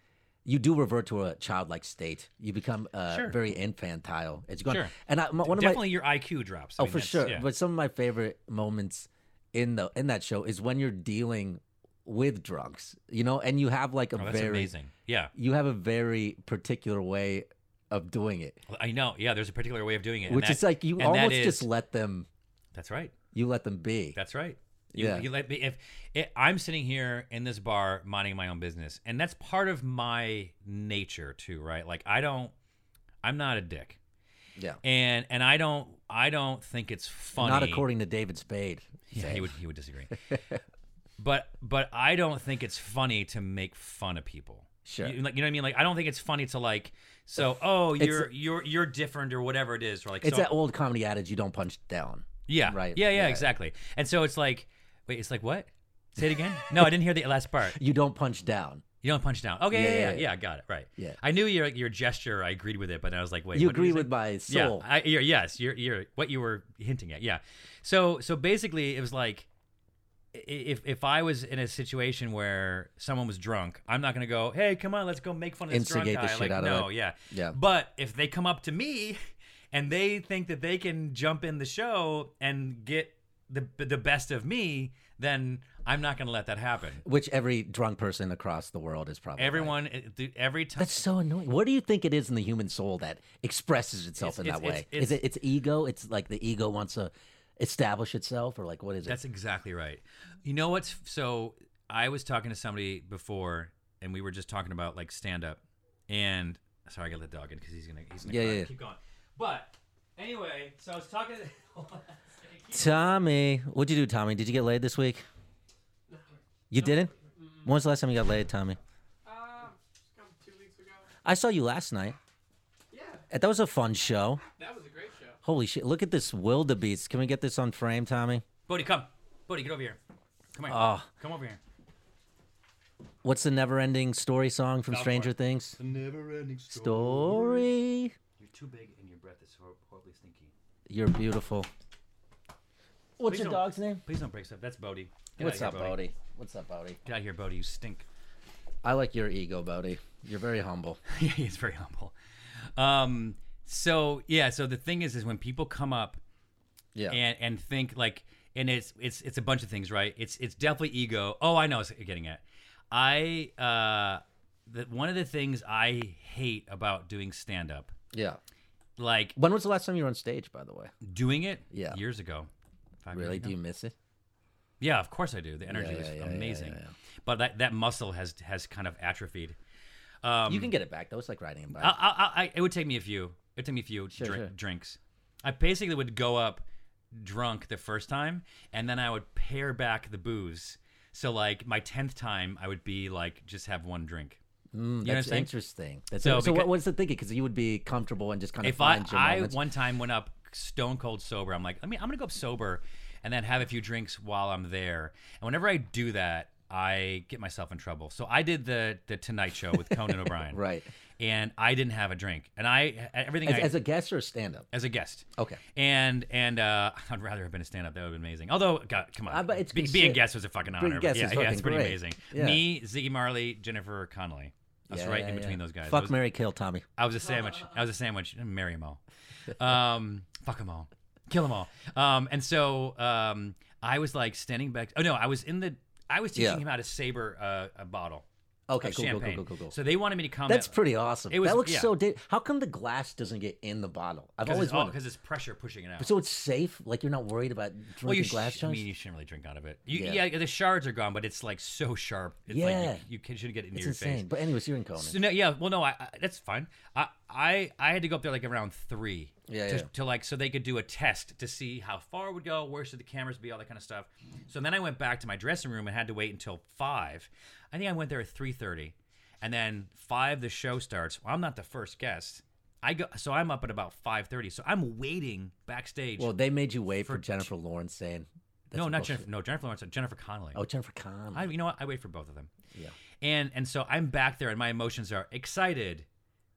you do revert to a childlike state. You become uh, Sure. very infantile. It's gone. Sure. And I, my, one of my Definitely your IQ drops. I oh mean, for that's- sure. yeah. But some of my favorite moments in the in that show is when you're dealing with drunks, you know, and you have like a Oh, that's very amazing. Yeah, you have a very particular way of doing it, Well, I know. Yeah, there's a particular way of doing it, and which that- is like you and that almost is- just let them That's right. you let them be. That's right. You, Yeah. you let me if it, I'm sitting here in this bar minding my own business, and that's part of my nature too, right? Like I don't, I'm not a dick, yeah. and and I don't, I don't think it's funny. Not according to David Spade. Yeah, he would he would disagree. but but I don't think it's funny to make fun of people. Sure. You, like you know what I mean? Like I don't think it's funny to like so oh It's- you're you're you're different or whatever it is or like It's so, that old comedy adage you don't punch down. yeah right, yeah yeah, yeah. exactly and so it's like wait it's like what say it again no I didn't hear the last part You don't punch down. you don't punch down okay yeah yeah yeah, Yeah, yeah, yeah. I got it right Yeah. I knew your your gesture I agreed with it but I was like wait you what did agree say? with my soul. Yeah, I, you're, yes, you're, you're what you were hinting at. Yeah. So so basically, it was like i- if if I was in a situation where someone was drunk, I'm not gonna go, hey, come on, let's go make fun of this drunk Instigate the guy. shit like out of no, it. yeah, Yeah. But if they come up to me and they think that they can jump in the show and get the the best of me, then I'm not gonna let that happen. Which every drunk person across the world is probably. like. Everyone, it- dude, every time. That's so annoying. What do you think it is in the human soul that expresses It's- itself in it's- that way? it's- is it it's ego? It's like the ego wants to establish itself, or like what is it? That's exactly right. You know what's so I was talking to somebody before and we were just talking about like stand up and sorry I got the dog in because he's gonna he's gonna Yeah, cry. yeah, yeah. keep going. But anyway, so I was talking to Tommy, what'd you do, Tommy? Did you get laid this week? You didn't. When's the last time you got laid, Tommy? Uh, just come two weeks ago. I saw you last night. Yeah, That was a fun show. that was a great show. Holy shit! Look at this wildebeest. Can we get this on frame, Tommy? Bodie, come. Bodie, get over here. Come here. Oh. Come over here. What's the never-ending story song from South Stranger Park. Things? The never ending Story. You're too big and your breath is horribly stinky. You're beautiful. What's Please your don't- dog's name? Please don't break stuff. That's Bodie. Get What's out up, of here, Bodie? What's up, Bodie? Get out of here, Bodie. You stink. I like your ego, Bodie. You're very humble. yeah, he's very humble. Um, so yeah, so the thing is, is when people come up Yeah. and and think like, and it's it's it's a bunch of things, right? It's it's definitely ego. Oh, I know what you're getting at. I uh, the, one of the things I hate about doing stand up, yeah. like When was the last time you were on stage, by the way? doing it, Yeah. years ago. Five years Really? ago. Do you miss it? Yeah, of course I do. The energy yeah, is yeah, yeah, amazing, yeah, yeah. but that that muscle has has kind of atrophied. Um, you can get it back, though. It's like riding a bike. I, I, I, it would take me a few. It would take me a few drink, sure. drinks. I basically would go up drunk the first time, and then I would pare back the booze. So like my tenth time, I would be like just have one drink. Mm, you know what I'm that's saying? interesting. That's So so, becau- what, what's the thinking? Because you would be comfortable and just kind of If I find your I moments. one time went up stone cold sober, I'm like, I mean, I'm gonna go up sober, and then have a few drinks while I'm there. And whenever I do that, I get myself in trouble. So I did the the Tonight Show with Conan O'Brien, Right. And I didn't have a drink, and I everything As, I, as a guest or a stand up? as a guest. Okay. And and uh, I'd rather have been a stand up. That would have been amazing. Although, God, come on, I bet Uh, it's Be- good being a shit. guest was a fucking honor. Being but guest yeah, is yeah, it's fucking pretty great. amazing. Yeah. Me, Ziggy Marley, Jennifer Connelly. I was right in between those guys. I Fuck was, Mary Kill, Tommy. I was a sandwich. I was a sandwich. Marry them all. Um, fuck them all. Kill them all. Um, and so um, I was like standing back. Oh no, I was in the. I was teaching Yeah. him how to saber uh, a bottle Okay, of cool, cool, cool, champagne. cool, cool, cool. So they wanted me to come. That's at- pretty awesome. It was- that looks yeah. so. Di- How come the glass doesn't get in the bottle? I've because always it's, all- wondered. 'cause it's pressure pushing it out. So it's safe. Like you're not worried about drinking well, you glass sh- I jars. mean, you shouldn't really drink out of it. You, yeah. Yeah. the shards are gone, but it's like so sharp. It's Yeah. like you, you can- shouldn't get it in it's your insane. face. But anyways, you're in Conan. So no, yeah, well, no, I, I that's fine. I, I I had to go up there like around three, Yeah, to, yeah. to like so they could do a test to see how far it would go, where should the cameras be, all that kind of stuff. So then I went back to my dressing room and had to wait until five. I think I went there at three thirty, and then five the show starts. Well, I'm not the first guest. I go, so I'm up at about five thirty. So I'm waiting backstage. Well, they made you wait for, For Jennifer Lawrence saying. that's no, not bullshit. Jennifer. No, Jennifer Lawrence. Jennifer Connelly. Oh, Jennifer Connelly. I, you know what? I wait for both of them. Yeah. And and so I'm back there, and my emotions are excited,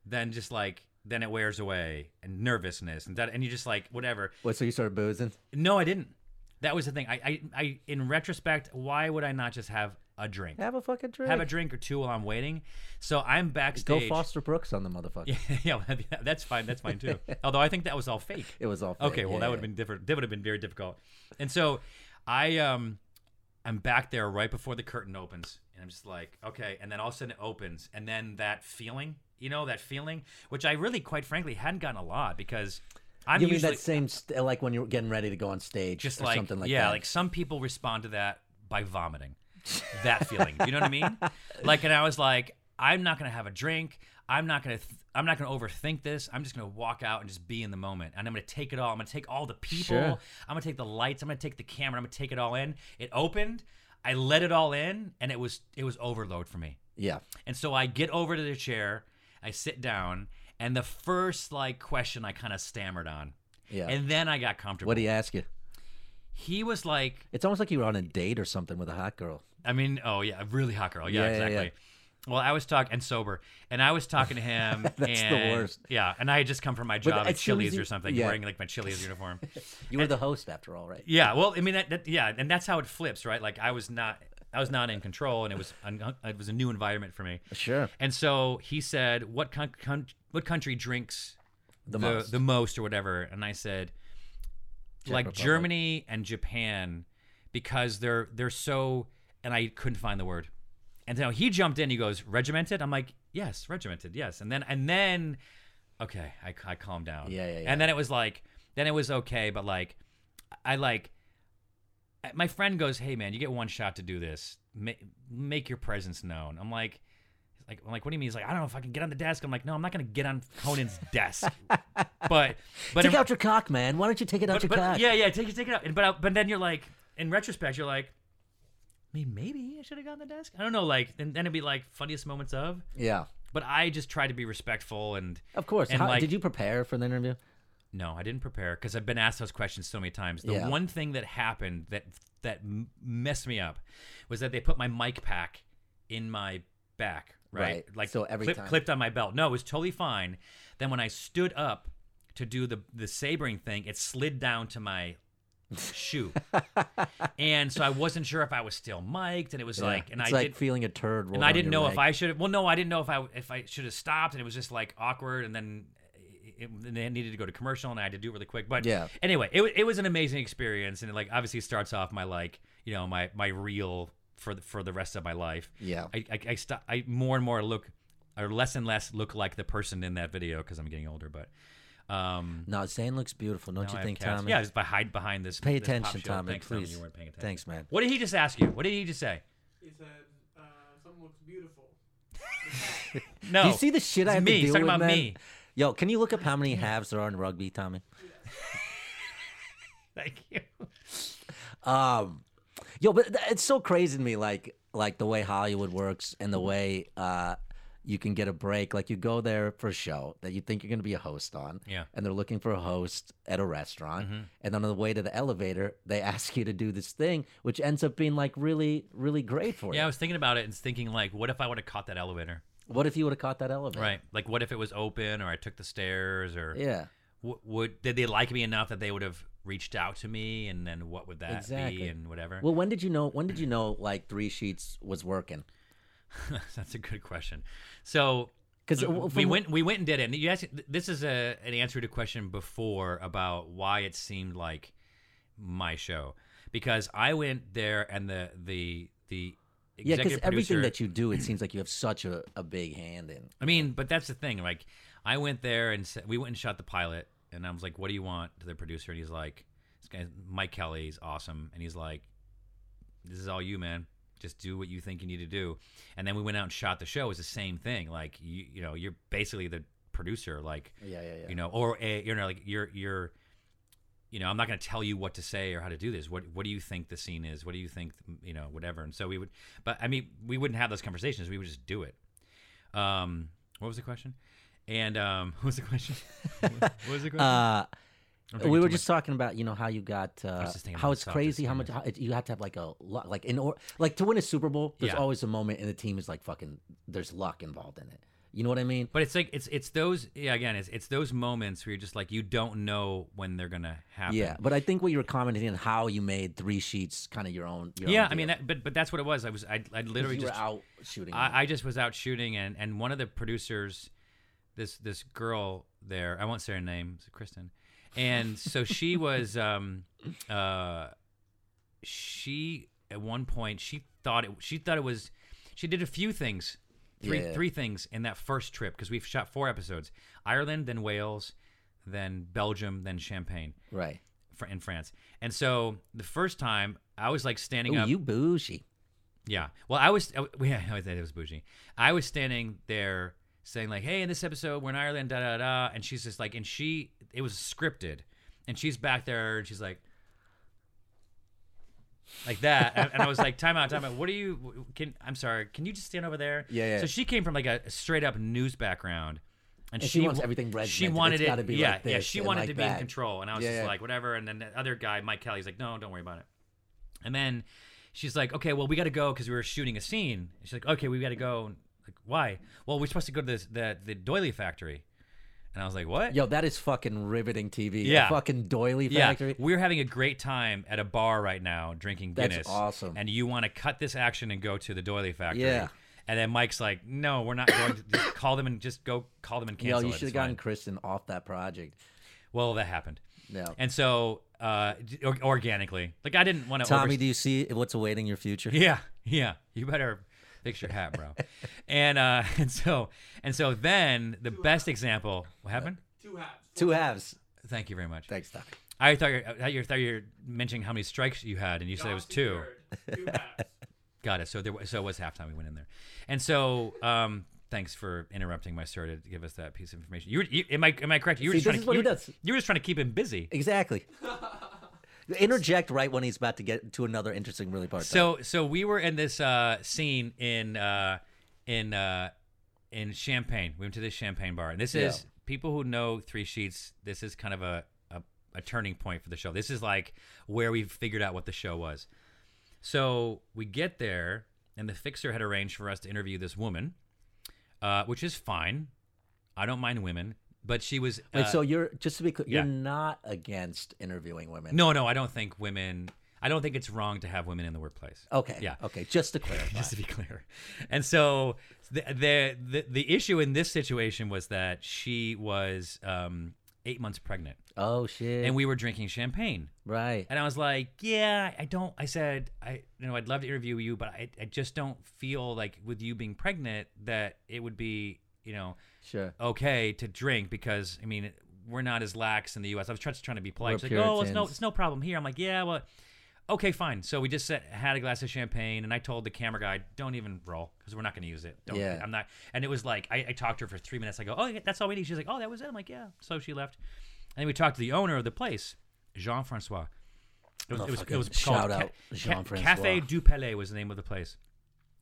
then just like then it wears away, and nervousness, and that, and you just like whatever. What? So you started boozing? No, I didn't. That was the thing. I I, I in retrospect, why would I not just have a drink? Have a fucking drink. Have a drink or two while I'm waiting. So I'm Go backstage. Foster Brooks on the motherfucker. Yeah, yeah, well, that's fine. That's fine too. Although I think that was all fake. It was all. Okay, fake, well yeah, that yeah. would have been different. That would have been very difficult. And so, I um, I'm back there right before the curtain opens, and I'm just like, okay. And then all of a sudden it opens, and then that feeling, you know, that feeling, which I really, quite frankly, hadn't gotten a lot because I'm You mean usually that same st- like when you're getting ready to go on stage, just or like something like yeah, that? like some people respond to that by vomiting. that feeling, you know what I mean? Like, and I was like, I'm not gonna have a drink. I'm not gonna. Th- I'm not gonna overthink this. I'm just gonna walk out and just be in the moment, and I'm gonna take it all. I'm gonna take all the people. Sure. I'm gonna take the lights. I'm gonna take the camera. I'm gonna take it all in. It opened. I let it all in, and it was it was overload for me. yeah. And so I get over to the chair, I sit down, and the first like question I kind of stammered on, Yeah. and then I got comfortable. what do you ask you? he was like, It's almost like you were on a date or something with a hot girl. I mean, oh yeah, a really hot girl. Yeah, Yeah, yeah, exactly. Well, I was talking and sober, and I was talking to him. That's the and- worst. Yeah, and I had just come from my job as soon at as Chili's you- or something, e- yeah. wearing like my Chili's uniform. You were the host after all, right? yeah, well, I mean, that, that, yeah, and that's how it flips, right? Like I was not, I was not in control, and it was, un- it was a new environment for me. Sure. And so he said, "What con- con- what country drinks The most. the most or whatever?" And I said, "Like Republic. Germany and Japan, because they're they're so." And I couldn't find the word. And so he jumped in. He goes, "Regimented." I'm like, "Yes, regimented. Yes." And then and then, okay, I, I calmed down. Yeah, yeah, yeah. And then it was like, then it was okay, but like, I like my friend goes, "Hey man, you get one shot to do this. Ma- make your presence known." I'm like, like, I'm like, what do you mean? He's like, I don't know if I can get on the desk. I'm like, no, I'm not gonna get on Conan's desk. But, but Take out your cock, man. Why don't you take it out but- your but- cock? yeah, yeah, take it, take it out. And- But I- but then you're like, in retrospect, you're like, I mean, maybe I should have gotten the desk. I don't know. Like, and then it'd be like funniest moments of. Yeah. But I just try to be respectful and. Of course. And How, like- did you prepare for the interview? No, I didn't prepare because I've been asked those questions so many times. The Yeah. one thing that happened that that m- messed me up was that they put my mic pack in my back, right? Right. So every clip- time- clipped on my belt. No, it was totally fine. Then when I stood up to do the the sabering thing, it slid down to my shoe, and so I wasn't sure if I was still mic'd, and it was Yeah. like, and it's I like did. feeling a turd. roll and I down didn't your know if leg. I should. Well, no, I didn't know if I if I should have stopped, and it was just like awkward, and then it, it, then they needed to go to commercial, and I had to do it really quick. But Yeah. anyway, it wa- it was an amazing experience, and it, like obviously starts off my like you know my my reel for the, for the rest of my life. Yeah. I I, I, st- I more and more look or less and less look like the person in that video because I'm getting older, but. Um, No, Zane looks beautiful. Don't now you I have think, calves. Tommy? Yeah, just by hide behind this. Pay this pop attention, shield. Tommy, Thanks, please. you weren't paying attention. Thanks, man. What did he just ask you? What did he just say? He said, uh, something looks beautiful. No. Do you see the shit It's I have me. to He's deal talking with, about man? me. Yo, can you look up how many halves there are in rugby, Tommy? Thank you. Um, yo, but th- it's so crazy to me, like like the way Hollywood works and Mm-hmm. the way uh you can get a break. Like you go there for a show that you think you're going to be a host on, Yeah. Mm-hmm. and they're looking for a host at a restaurant, and on the way to the elevator, they ask you to do this thing, which ends up being like really, really great for Yeah, I you. was thinking about it and thinking like, what if I would have caught that elevator? What if you would have caught that elevator? Right. Like, what if it was open or I took the stairs or Yeah. w- would did they like me enough that they would have reached out to me and then what would that Exactly. be and whatever? Well, when did you know? When did you know like three sheets was working? That's a good question. So Because Mm-hmm. we went we went and did it. And you asked this is a an answer to a question before about why it seemed like my show because I went there and the the the Yeah, executive because everything producer- that you do, it seems like you have such a, a big hand in. I mean, but that's the thing. Like, I went there and sa- we went and shot the pilot, and I was like, "What do you want?" to the producer, and he's like, "This guy, Mike Kelly, he's awesome," and he's like, "This is all you, man. Just do what you think you need to do." And then we went out and shot the show. It was the same thing. Like, you, you know, you're basically the producer. Like, Yeah, yeah, yeah. you know, or a, you know, like you're you're, you know, I'm not going to tell you what to say or how to do this. What what do you think the scene is? What do you think, mm, you know, whatever. And so we would, but I mean, we wouldn't have those conversations. We would just do it. Um, what was the question? And um, what was the question? what was the question? Uh, I'm we drinking were too just talking about you know how you got uh, was just thinking how about it's soccer, crazy how yeah. much how, it- you have to have like a lu- like in or like to win a Super Bowl. There's Yeah. always a moment and the team is like fucking. There's luck involved in it. You know what I mean? But it's like it's it's those yeah again it's it's those moments where you're just like you don't know when they're gonna happen. Yeah, but I think what you were commenting on how you made three sheets kind of your own. Your yeah. own I mean, deal. that, but but that's what it was. I was I I 'Cause literally you just were out shooting. I, I just was out shooting and and one of the producers, this this girl there I won't say her name, it's Kristen, and so she was um uh she at one point she thought it she thought it was she did a few things three Yeah. three things in that first trip because we've shot four episodes Ireland then Wales then Belgium then Champagne right. fr- in France and so the first time I was like standing Ooh, up you bougie. yeah well I was I, w- yeah I was- it was bougie I was standing there saying like hey in this episode we're in Ireland da da da and she's just like and she it was scripted and she's back there and she's like like that and, and i was like time out time out what are you can i'm sorry can you just stand over there Yeah, yeah. so she came from like a straight up news background and, And she wants wa- everything she regimented. wanted It's it gotta be yeah like yeah this she and wanted like to be in that. control and i was Yeah, just yeah. like whatever and then the other guy mike kelly's like no don't worry about it and then she's like okay well we got to go because we were shooting a scene she's like okay we got to go And, like why well we're supposed to go to this the, the doily factory and i was like what Yo, that is fucking riveting TV. A Yeah. fucking doily yeah, factory. we're having a great time at a bar right now drinking That's Guinness. awesome. And you want to cut this action and go to the Doily Factory. Yeah. And then Mike's like, "No, we're not going to just call them and just go call them and Yo, cancel you it. should have It's gotten fine." Kristen off that project. Well, that happened. No. And so, uh, d- or- organically, like I didn't want to. Tommy, do you see what's awaiting your future? Yeah, yeah. You better fix your hat, bro. and uh, and so and so then the best example. What happened? Two halves. Two halves. Thank you very much. Thanks, Tommy. I thought you I thought you were mentioning how many strikes you had, and you said it was two. Two halves. Got it. So there, wa- so it was halftime. We went in there, and so um, thanks for interrupting my sir to give us that piece of information. You, were, you am I am I correct? You were See, just trying this to, is what you, he were- does. you were just trying to keep him busy. Exactly. Interject right when he's about to get to another interesting, really part. though. So so we were in this uh, scene in uh, in uh, in Champagne. We went to this Champagne bar, and this is Yeah. people who know Three Sheets. This is kind of a, a a turning point for the show. This is like where we figured out what the show was. So we get there, and the fixer had arranged for us to interview this woman, uh, which is fine. I don't mind women, but she was. Wait, uh, so you're just to be clear, yeah. you're not against interviewing women. no, no, I don't think women. I don't think it's wrong to have women in the workplace. Okay. Yeah. Okay. Just to clarify. just to be clear. And so the, the the the issue in this situation was that she was um, eight months pregnant, oh shit. and we were drinking champagne. right. And I was like, "Yeah, I don't." I said, "I you know, I'd love to interview you, but I, I just don't feel like with you being pregnant that it would be you know Sure. Oh, okay to drink because I mean we're not as lax in the U.S. I was try- just trying to be polite. We're She's like, oh, it's no, Puritans. it's no problem here. I'm like, yeah, well, okay, fine. So we just sat, had a glass of champagne, and I told the camera guy, don't even roll because we're not going to use it. Don't, Yeah. I'm not. And it was like I, I talked to her for three minutes. I go, oh, yeah, that's all we need. She's like, oh, that was it. I'm like, yeah. So she left, and then we talked to the owner of the place, Jean Francois. It was, it was, it Motherfucking was shout called Ca- out Jean-Francois. Cafe du Palais was the name of the place,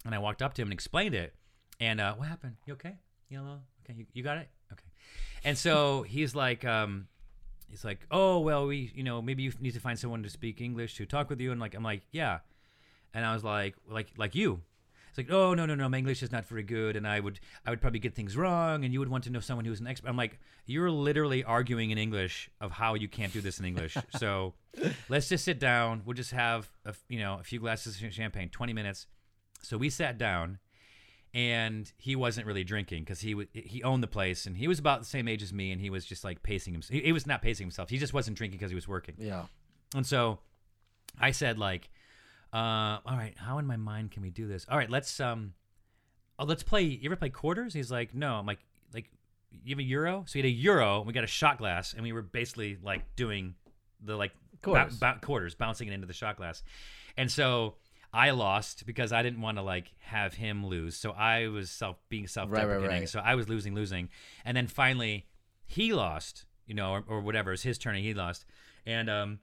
and I walked up to him and explained it. And uh, what happened? You okay? You hello? Okay, you, you got it? Okay. And so he's like, um, he's like, oh well, we, you know, maybe you need to find someone to speak English to talk with you. And like, I'm like, yeah. And I was like, like, like you. It's like, oh no, no, no, my English is not very good, and I would, I would probably get things wrong, and you would want to know someone who's an expert. I'm like, you're literally arguing in English of how you can't do this in English. so, let's just sit down. We'll just have, a, f- you know, a few glasses of champagne, 20 minutes. So we sat down, and he wasn't really drinking because he wa- he owned the place, and he was about the same age as me, and he was just like pacing himself. He, he was not pacing himself. He just wasn't drinking because he was working. Yeah. And so I said like, uh, all right, how in my mind can we do this? All right, let's um, oh, let's play. You ever play quarters? He's like, no. I'm like, like you have a euro. So he had a euro. And we got a shot glass, and we were basically like doing the like bou- Quarters. bou- quarters, bouncing it into the shot glass. And so I lost because I didn't want to like have him lose. So I was self being self deprecating. right. So I was losing, losing, and then finally he lost. You know, or, or whatever. It's his turn, and he lost. And um,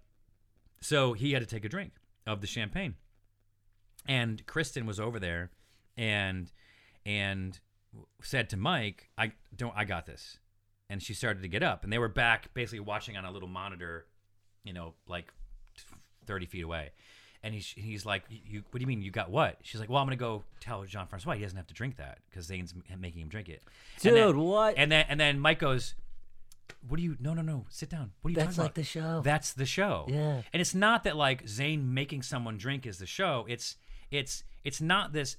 so he had to take a drink of the champagne. And Kristen was over there and and said to Mike, "I don't. I got this." And she started to get up, and they were back basically watching on a little monitor, you know, like thirty feet away. And he's he's like, "You what do you mean you got what?" She's like, "Well, I'm gonna go tell Jean Francois he doesn't have to drink that because Zane's m- making him drink it." Dude, and then, what? And then and then Mike goes, "What do you? No, no, no. Sit down. What are you That's talking about? like the show. That's the show. Oh. Yeah. And it's not that like Zayn making someone drink is the show. It's it's it's not this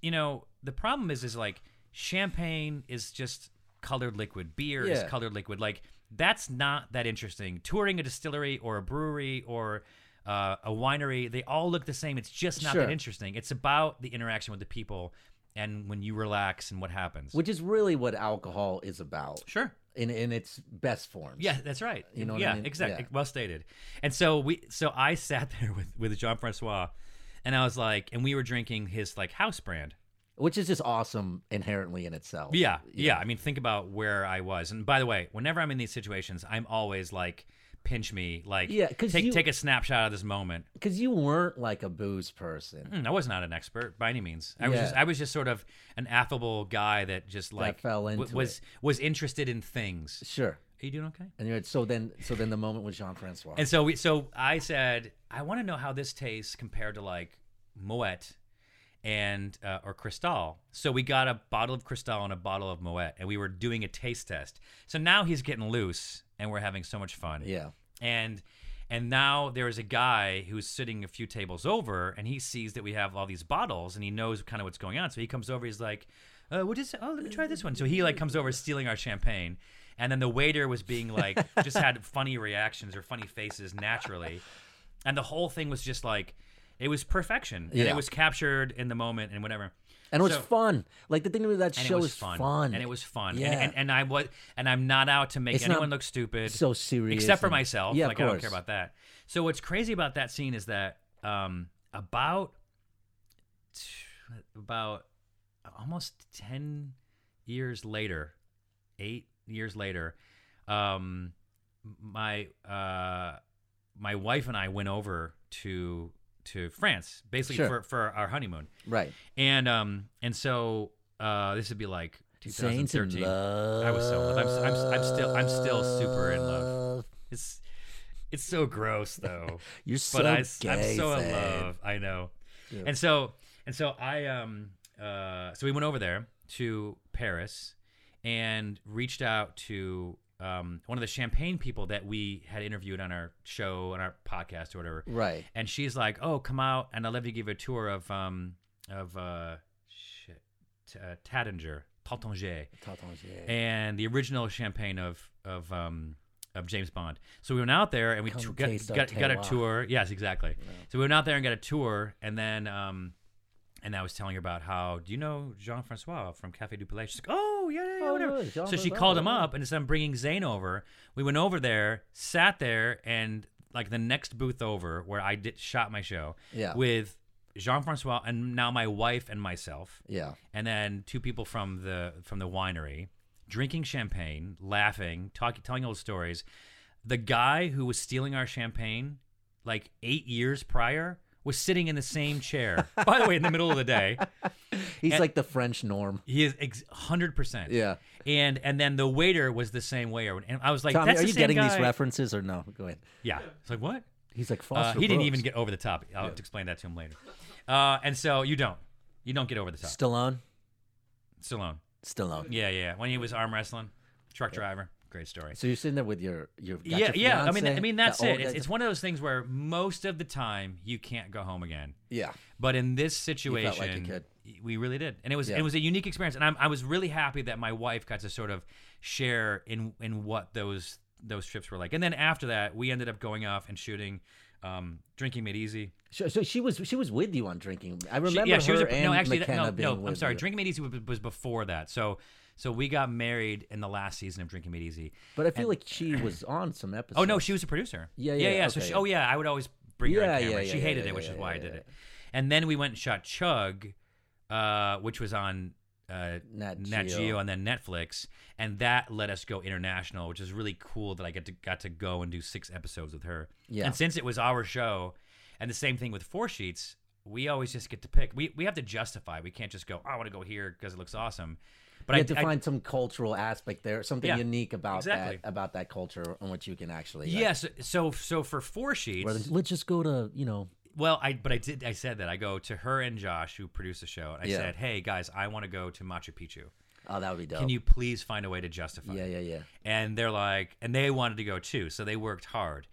you know, the problem is is like champagne is just colored liquid, beer Yeah. is colored liquid. Like that's not that interesting. Touring a distillery or a brewery or uh, a winery, they all look the same. It's just not Sure. that interesting. It's about the interaction with the people and when you relax and what happens. Which is really what alcohol is about sure. in in its best form. Yeah, that's right. You know what I yeah, mean? exactly. Yeah. Well stated. And so we, so I sat there with with Jean Francois, and I was like, and we were drinking his like house brand. Which is just awesome inherently in itself. Yeah, yeah. I mean, think about where I was. And by the way, whenever I'm in these situations, I'm always like, pinch me, like, Yeah, 'cause take you- take a snapshot of this moment. Because you weren't like a booze person. Mm, I was not an expert by any means. I was Yeah. just I was just sort of an affable guy that just like fell into was it. was interested in things. Sure. Are you doing okay? And you're so then so then the moment with Jean Francois. And so we, so I said, I want to know how this tastes compared to like Moet and uh, or Cristal. So we got a bottle of Cristal and a bottle of Moet, and we were doing a taste test. So now he's getting loose, and we're having so much fun. yeah. And and now there is a guy who's sitting a few tables over, and he sees that we have all these bottles, and he knows kind of what's going on. So he comes over. He's like, uh, "What is? Oh, let me try this one." So he like comes over, stealing our champagne, and then the waiter was being like, just had funny reactions or funny faces naturally, and the whole thing was just like, it was perfection, and Yeah. it was captured in the moment and whatever. And it was So- fun. Like the thing with that and show it was is fun. fun. and it was fun. Yeah. And, and and I was and I'm not out to make It's not anyone look stupid. so serious except for and- myself. Yeah, of like I don't course. care about that. So what's crazy about that scene is that um, about about almost ten years later, eight years later, um, my uh, my wife and I went over to to France basically Sure. for for our honeymoon. right. And um and so uh this would be like Saints in 2013. love. I was so in love. I'm, s- I'm, s- I'm still I'm still super in love. It's it's so gross though. You're so but I s- gay. I'm so in Zane. love. I know. And so and so I um uh so we went over there to Paris and reached out to um, one of the champagne people that we had interviewed on our show on our podcast or whatever Right. and she's like, "Oh, come out, and I'd love to give you a tour of um of uh shit, t- uh, Tattinger, Tattinger, and the original champagne of of um of James Bond." So we went out there and we Come t- got, taste our got, got a terroir. tour. Yes, exactly. So we went out there and got a tour, and then um. And I was telling her about how do you know Jean Francois from Cafe du Palais? She's like, oh yeah, yeah, yeah, Oh, whatever. really? Jean so she Francois, called him yeah. up, and so I'm bringing Zane over. We went over there, sat there, and like the next booth over where I did shot my show Yeah. with Jean Francois and now my wife and myself, Yeah. and then two people from the from the winery drinking champagne, laughing, talking, telling old stories. The guy who was stealing our champagne like eight years prior was sitting in the same chair. By the way, in the middle of the day. He's And- like the French norm. He is ex- 100%. Yeah. And and then the waiter was the same waiter. And I was like, Tommy, That's are the you same getting guy." these references or no? Go ahead. Yeah. It's like, what? He's like Uh, Foster. he didn't even Brooks. get over the top. I'll have to explain that to him later. Uh, and so you don't. You don't get over the top. Stallone. Stallone. Stallone. Yeah, yeah. When he was arm wrestling, truck driver. Great story. So you're sitting there with your your got yeah, your yeah. I mean, fiancé, I mean that's the it. old- It's, it's one of those things where most of the time you can't go home again. yeah. But in this felt like situation, you could. we really did, and it was Yeah. it was a unique experience, and I'm, I was really happy that my wife got to sort of share in in what those those trips were like. And then after that, we ended up going off and shooting, um, drinking made easy. So, so she was she was with you on drinking. I She- remember yeah, she her was a, and no, actually, that- McKenna being no, no. I'm with sorry, you. Drinking Made Easy was, was before that. So, so we got married in the last season of Drinking Made Easy. But I feel like she was on some episodes. Oh no, she was a producer. Yeah, yeah, yeah, so okay, she, yeah. oh yeah, I would always bring her Yeah, on yeah, camera. yeah, she yeah, hated yeah, it, which yeah, is why yeah, I did yeah. it. And then we went and shot Chug, uh, which was on uh, Nat Geo. Geo and then Netflix, and that let us go international, which is really cool that I get to got to go and do six episodes with her. Yeah. And since it was our show, and the same thing with Four Sheets, we always just get to pick. We we have to justify. We can't just go. "Oh, I want to go here because it looks awesome. But you I have to I- find some cultural aspect there, something Yeah, unique about exactly. that about that culture on which you can actually. like, yes. so so for four sheets. rather- let's just go to you know. Well, I but I did I said that I go to her and Josh who produced the show and I Yeah. said, "Hey guys, I want to go to Machu Picchu. Oh, that would be dope. Can you please find a way to justify?" Yeah, it?" yeah, yeah. And they're like, and they wanted to go too, so they worked hard.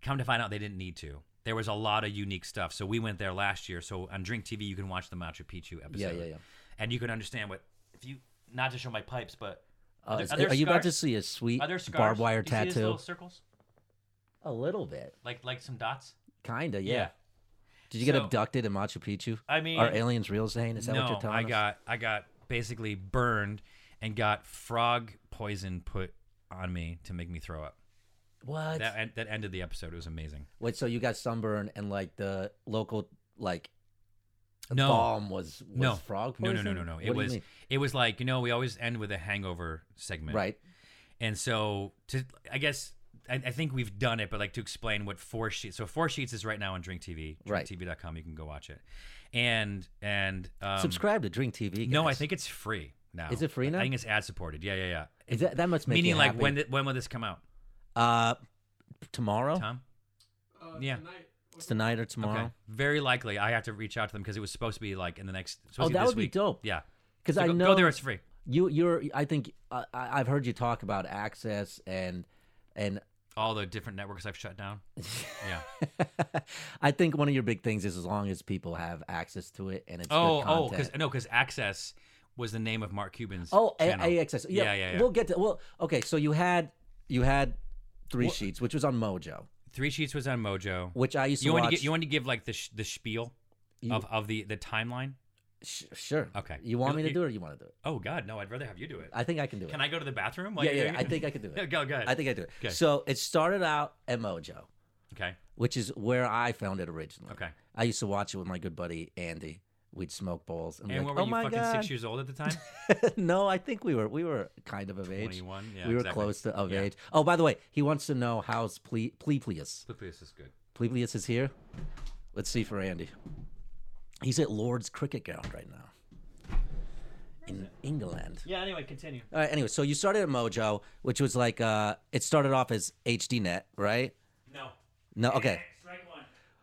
Come to find out, they didn't need to. There was a lot of unique stuff, so we went there last year. So on Drink TV, you can watch the Machu Picchu episode. Yeah, yeah, yeah. And you can understand what if you not to show my pipes, but Uh, there- is- are there are you about to scars? see a sweet are there scars? barbed wire Do you see these tattoo? little circles, A little bit, like like some dots. kinda. Yeah. Did you get So- abducted in Machu Picchu? I mean- are aliens real, Zane? Is that no, what you're telling I us? got I got basically burned and got frog poison put on me to make me throw up. what? That en- that ended the episode. It was amazing. Wait, so you got sunburn and like the local like No. balm was, was no frog No, poison? no, no, no, no. It What do you was mean? it was like you know we always end with a hangover segment, right. And so to I guess I, I think we've done it, but like to explain what four sheets. So four sheets is right now on Drink TV, Right. drinktv.com. You can go watch it, and and um, Subscribe to Drink TV. No, guys. I think it's free now. Is it free now? I think it's ad supported. Yeah, yeah, yeah. Is that, that must make Meaning you like happy. when did, when will this come out, uh tomorrow. Tom? Uh, Yeah. Tonight, It's tonight or tomorrow. Okay. Very likely, I have to reach out to them because it was supposed to be like in the next. supposed Oh, to be that this would be week. dope. Yeah, Because So I go, know go there. It's free. you. You're. I think I I- I've heard you talk about access and and All the different networks I've shut down. Yeah. I think one of your big things is as long as people have access to it and it's oh, good oh, content. because no, because Access was the name of Mark Cuban's. Oh, A- channel. AXS. Yeah, Yeah, yeah, yeah. We'll get to. Well, okay. So you had you had three Well- sheets, which was on Mojo, Three Sheets was on Mojo. which I used to you watch. want to get you want to give like the sh- the spiel You- of, of the the timeline? Sh- sure. Okay. You want You- me to you- do it? or You want to do it? Oh God, no! I'd rather have you do it. I think I can do it. Can I go to the bathroom? while Yeah, you're yeah. doing yeah, I it? think I can do Yeah, it. go, go ahead. I think I do it. Okay. So it started out at Mojo, Okay. which is where I found it originally. Okay. I used to watch it with my good buddy Andy. We'd smoke bowls. And, be And like, what were oh you my fucking God. six years old at the time? no, I think we were we were kind of of age. 21, yeah, we were exactly. close to of Yeah. age. Oh, by the way, he wants to know how's Ple- Pleplius. Please, is good. Pleplius is here. Let's see for Andy. He's at Lord's cricket ground right now in England. Yeah. Anyway, continue. All right. Anyway, so you started at Mojo, which was like uh, it started off as HDNet, right? No. No. Okay. Strike one.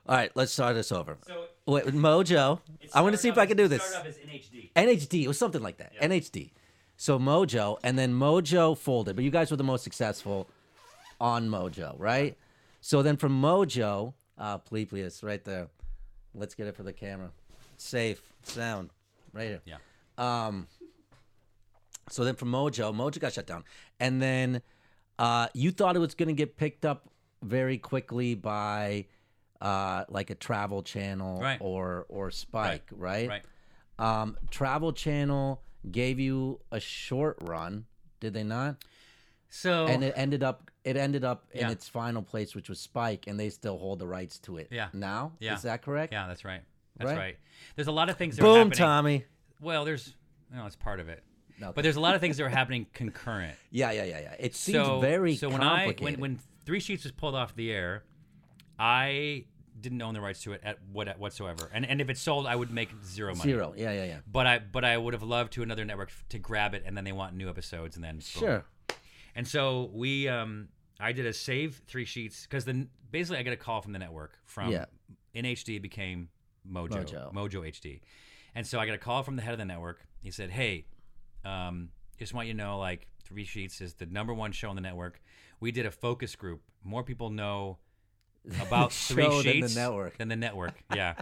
All right. Let's start this over. So Wait, Mojo. I want to see if I can do this. as NHD. NHD. It was something like that. NHD. So Mojo, and then Mojo folded, but you guys were the most successful on Mojo, right? So then from Mojo, uh, Pleplius, right there. Let's get it for the camera. Safe sound, right here. Um, Yeah. So then from Mojo, Mojo got shut down, and then uh, you thought it was going to get picked up very quickly by uh, like a Travel Channel Right. or or Spike, right? Right. Um, Travel Channel gave you a short run, did they not? So And it ended up it ended up in Oh. Yeah. its final place, which was Spike, and they still hold the rights to it. Yeah. Now, Yeah. is that correct? yeah, that's right. That's Right? right. There's a lot of things. That are Boom, happening. Tommy. Well, there's no, it's part of it. No, But there's a lot of things that are happening concurrent. Yeah, yeah, yeah, yeah. It seems So very so when I complicated. when when Three Sheets was pulled off the air, I didn't own the rights to it at what whatsoever. And and if it sold, I would make zero money. zero. Yeah, yeah, yeah. But I but I would have loved to another network f- to grab it, and then they want new episodes, and then boom. Sure. And so we, um, I did a save three sheets because then basically I got a call from the network from Yeah. NHD became Mojo, Mojo. Mojo HD, and so I got a call from the head of the network. He said, "Hey, um, just want you to know, like three sheets is the number one show on the network. We did a focus group. More people know." About three Show than the sheets network. than the network, yeah,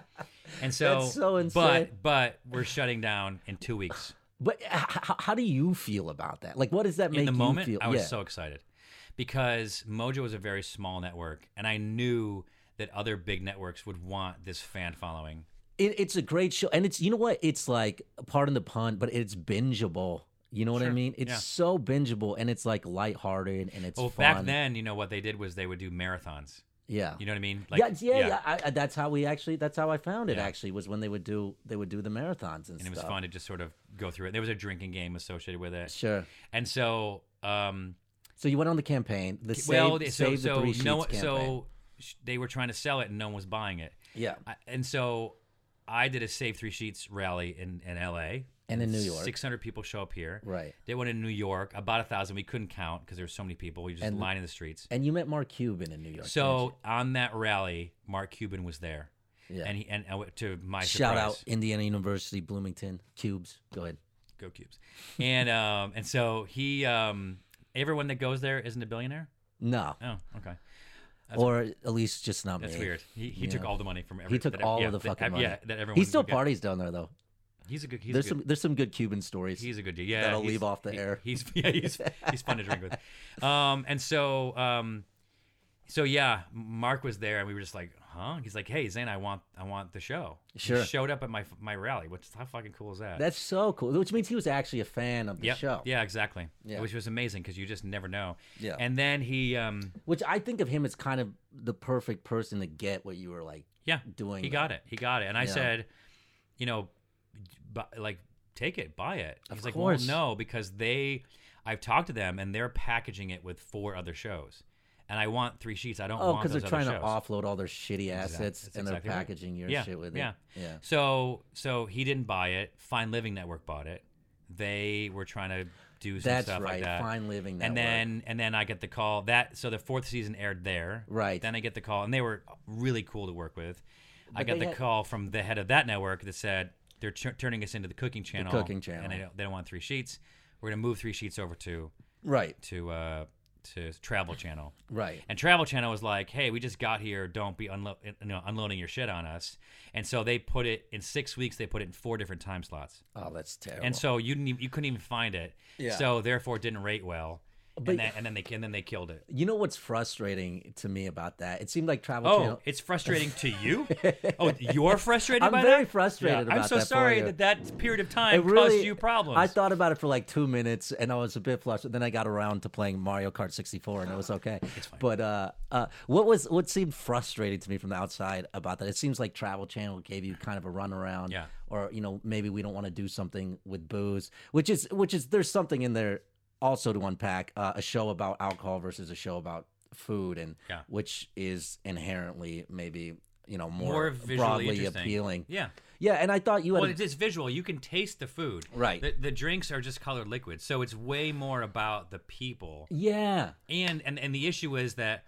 and so, That's so insane. but but we're shutting down in two weeks. But how, how do you feel about that? Like, what does that make in the you moment feel? i was yeah. so excited because mojo was a very small network and i knew that other big networks would want this fan following It, it's a great show, and it's you know what? It's like pardon the pun, but it's bingeable. You know what I Sure, mean? It's yeah. so bingeable, and it's like lighthearted, and it's well fun. back then you know what they did was they would do marathons yeah. you know what i mean yeah, yeah, yeah. I, I- that's how we actually. That's how I found it. Yeah. Actually, was when they would do they would do the marathons and, and it stuff. was fun to just sort of go through it there was a drinking game associated with it Sure. and so um So you went on the campaign. The save, well so save the so three sheets no campaign. so sh- they were trying to sell it and no one was buying it yeah, I, and so I did a Save Three Sheets rally in, in L.A. And in New York. 600 people show up here. Right. They went in New York, about a thousand. We couldn't count because there were so many people. We were just And- lining the streets. And you met Mark Cuban in New York. So on that rally, Mark Cuban was there, didn't you? yeah. and he and uh, to my shout surprise, out Indiana University Bloomington Cubes. Go ahead. go Cubes, and um and so he um everyone that goes there isn't a billionaire. No, Oh, okay, or at least just not that's me. weird. He, he took Yeah. all the money from every, He took that- all yeah, of the that- fucking money. Yeah, that everyone. he still would get. parties down there though. He's a good. He's a there's good, some there's some good Cuban stories. He's a good dude. Yeah, that'll he's- leave off the he- air. He's yeah, he's he's fun to drink with. Um, and so um, so yeah, Mark was there, and we were just like, huh? He's like, hey, Zane, I want I want the show. Sure. He showed up at my my rally. Which how fucking cool is that? That's so cool. Which means he was actually a fan of the Yep. show. Yeah, exactly. Yeah. Which was amazing because you just never know. Yeah. And then he um, Which I think of him as kind of the perfect person to get what you were like yeah, doing. he got it. He got it. And I Yeah. said, you know, bu- like take it, buy it. Of He's like, course. well, no, because they, I've talked to them and they're packaging it with four other shows, and I want three sheets. I don't Oh, want because because they're trying shows. to offload all their shitty assets that's and exactly they're right. packaging your Yeah, shit with yeah. it. Yeah. So so he didn't buy it. Fine Living Network bought it. They were trying to do some That's stuff right. like that. Fine living. and Network. then and then I get the call that so the fourth season aired there. Right. Then I get the call and they were really cool to work with. I But got they the had- call from the head of that network that said they're tur turning us into the cooking channel. cooking channel. And they don't, they don't want three sheets. We're gonna move three sheets over to right, to uh, to Travel Channel. right. And Travel Channel was like, "Hey, we just got here. Don't be unlo- you know, unloading your shit on us." And so they put it in six weeks. They put it in four different time slots, Oh, that's terrible. and so you didn't even, you couldn't even find it. Yeah. So therefore, it didn't rate well. But- and, that, and then they and then they killed it. you know what's frustrating to me about that? It seemed like Travel Oh, Channel. it's frustrating to you. Oh, you're frustrated. I'm by very that? frustrated I'm about so that for sorry you. that that period of time It really, caused you problems. I thought about it for like two minutes, and I was a bit flushed. Then I got around to playing Mario Kart 64, and it was okay. But uh, uh, what was what seemed frustrating to me from the outside about that? It seems like Travel Channel gave you kind of a runaround, Yeah. Or you know, maybe we don't want to do something with booze, which is which is there's something in there also to unpack. Uh, a show about alcohol versus a show about food, and Yeah. which is inherently maybe you know More more, visually broadly interesting. appealing. Yeah. yeah. And I thought you had Well, a it is visual. You can taste the food. Right. The, the drinks are just colored liquids, so it's way more about the people. yeah, And and and the issue is that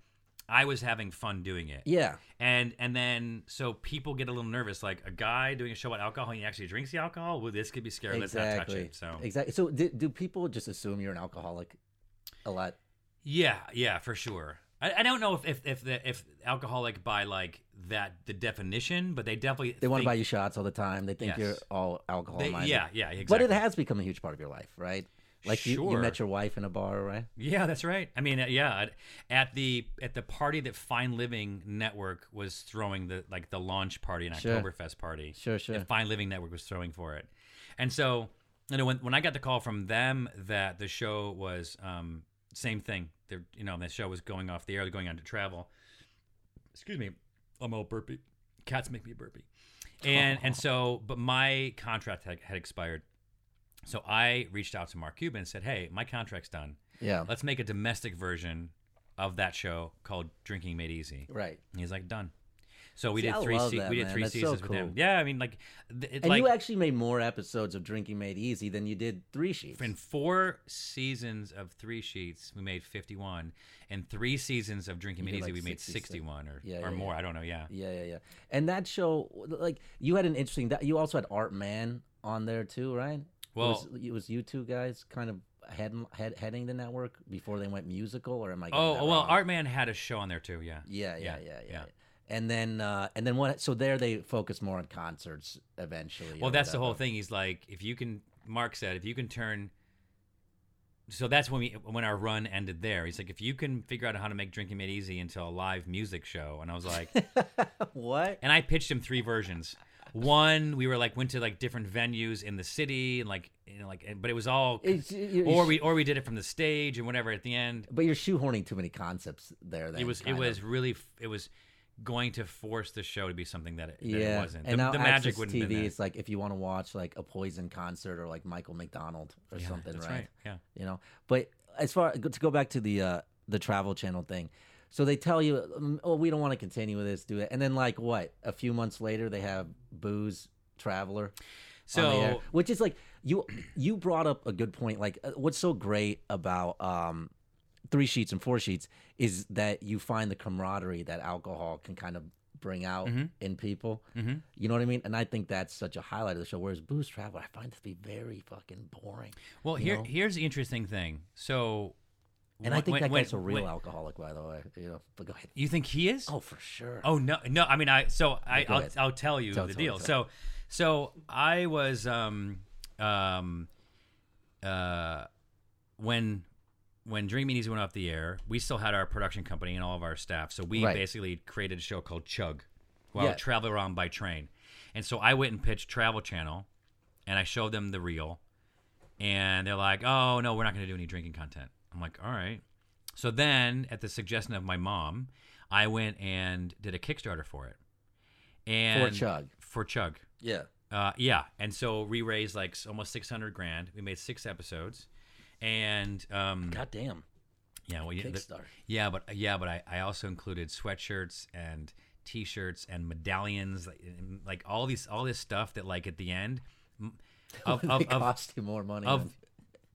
I was having fun doing it. yeah. And and then so people get a little nervous, like a guy doing a show about alcohol and he actually drinks the alcohol. Well, this could be scary. Let's not touch it. So exactly. So do, do people just assume you're an alcoholic a lot? Yeah, yeah, for sure. I, I don't know if if if, the, if alcoholic by like that the definition, but they definitely They want to think- buy you shots all the time. They think Yes. you're all alcohol They- minded. yeah, yeah, exactly. But it has become a huge part of your life, right? Like you, you met Sure. your wife in a bar, right? Yeah, that's right. I mean, uh, yeah, at- at the at the party that Fine Living Network was throwing the like the launch party and Sure. Oktoberfest party. Sure, sure. that Fine Living Network was throwing for it, and so you know when when I got the call from them that the show was um, same thing. They're you know the show was going off the air, going on to travel. Excuse me, I'm all burpy. Cats make me burpy, and and so but my contract had, had expired. So I reached out to Mark Cuban and said, "Hey, my contract's done. Yeah. Let's make a domestic version of that show called Drinking Made Easy. right. And he's like, done. So we See, did I three. love se- that, we did man. three That's so seasons with him. cool. Yeah, I mean, like, th- it's And like you actually made more episodes of Drinking Made Easy than you did Three Sheets. in four seasons of three sheets, we made fifty-one, and three seasons of Drinking You Made did, Easy, like, we made 66. sixty-one or Yeah, or yeah, yeah. more. I don't know. Yeah. yeah, yeah, yeah. And that show, like, you had an interesting. That you also had Art Man on there too, right? Well- it was, it was you two guys kind of head, head, heading the network before they went musical, or am I? getting Oh that well, wrong? Art Man had a show on there too. Yeah. Yeah, yeah, Yeah, yeah, yeah. yeah. And then, uh, and then what? So there, they focus more on concerts eventually. Well, or that's the whatever. whole thing. He's like, if you can, Mark said, if you can turn. So that's when we when our run ended there. He's like, if you can figure out how to make drinking made easy into a live music show, and I was like, What? and I pitched him three versions. One, we were like went to like different venues in the city, and like you know, like, but it was all, It's- you- or we or we did it from the stage and whatever. At the end, But you're shoehorning too many concepts there. Then, it was it kind was of. really f- it was going to force the show to be something that it, that it yeah, wasn't. and the, now the magic Access wouldn't TV have been there. is like if you want to watch like a Poison concert or like Michael McDonald or Yeah, something, that's right? Yeah. You know, but as far to go back to the uh, the Travel Channel thing, So they tell you, mm, "Oh, we don't want to continue with this, do it." And then, like, what? A few months later, they have booze traveler on the air, So which is like you you brought up a good point like uh, what's so great about um three sheets and four sheets is that you find the camaraderie that alcohol can kind of bring out in people Mhm. you know what i mean and i think that's such a highlight of the show whereas booze travel i find to be very fucking boring well, you here know? here's the interesting thing. So and i when- think when- that when- guy's a real when- alcoholic by the way you know but go ahead You think he is? oh for sure Oh no, no. I mean, I so I Go I'll, ahead. I'll tell you Tell- the tell- deal. tell. So so I was um um uh when when Dream Meanies went off the air, we still had our production company and all of our staff. So we Right. basically created a show called Chug, where I Yeah. would travel around by train. And so I went and pitched Travel Channel, and I showed them the reel, and they're like, "Oh no, we're not going to do any drinking content." I'm like, "All right." So then, at the suggestion of my mom, I went and did a Kickstarter for it. And Chug. For Chug. yeah Uh, yeah, and so we raised like s- almost six hundred grand. We made six episodes, and um, god damn yeah, well, you- the- kickstarter yeah, but uh, yeah, but I, I also included sweatshirts and T-shirts and medallions, like, and, like all these all this stuff that like at the end m- of of, it of cost you more money of than-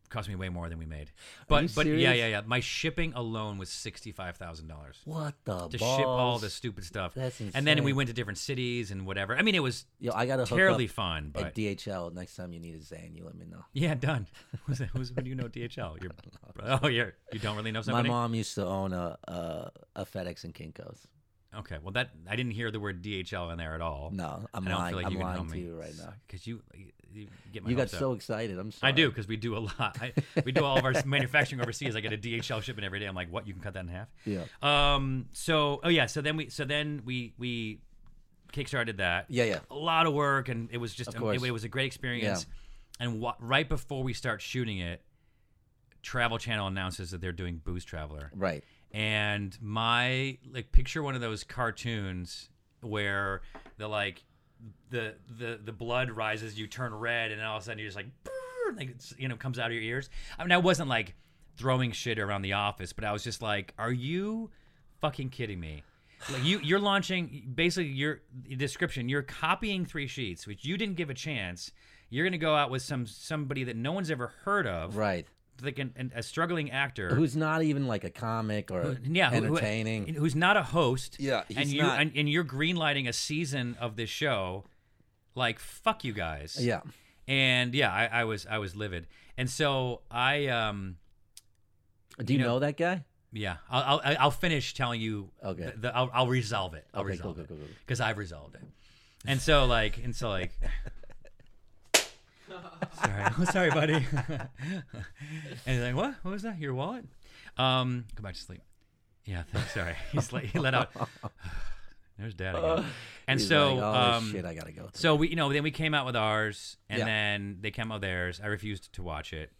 cost me way more than we made. you But but yeah serious? yeah yeah, my shipping alone was sixty five thousand dollars what the to ship all balls? the stupid stuff. That's And then we insane. went to different cities and whatever. I mean, it was Yo, I gotta hook up terribly fun, at but DHL next time you need a Zan, you let me know. yeah, done. Who's who's when you know DHL? Your, oh, you're you don't really know somebody. My mom used to own a, a a FedEx and Kinkos. Okay, well that I didn't hear the word DHL in there at all. No, I'm I don't lying. feel like I'm you can lying help to me you right now. because you, you get my you got hopes so up. excited. I'm sorry. I do because we do a lot. I, we do all of our manufacturing overseas. I get a DHL shipment every day. I'm like, what? You can cut that in half. Yeah. Um. So oh yeah. So then we so then we we kickstarted that. Yeah, yeah. A lot of work and it was just Of course. it, was a great experience. And wha- right before we start shooting it, Travel Channel announces that they're doing Booze Traveler Right. and my like picture one of those cartoons where the like the the the blood rises you turn red and all of a sudden you're just like "Brrr," like it's, you know comes out of your ears i mean i wasn't like throwing shit around the office but i was just like are you fucking kidding me like you you're launching basically your description you're copying three sheets which you didn't give a chance you're gonna go out with some somebody that no one's ever heard of Right. like an, an, a struggling actor Who's not even like a comic or Er. yeah, who- who- entertaining. who's not a host. Yeah, and he's you not. and, and you're greenlighting a season of this show. Like fuck you guys. yeah. and yeah, I, I was I was livid, and so I um Do you, you know, know- that guy? yeah I'll I'll, I'll finish telling you. Okay. The, the- I'll, I'll resolve it. I'll Okay, cool, resolve cool, it cool, cool. because I've resolved it, and so like and so like. sorry, sorry, buddy. and he's like, "What? What was that? Your wallet?" Um, go back to sleep. Yeah, th- sorry. He's let, he let out. There's dad again. And He's so, like, oh um, shit, I gotta go. through." so we, you know, then we came out with ours, and Yeah. then they came out with theirs. I refused to watch it,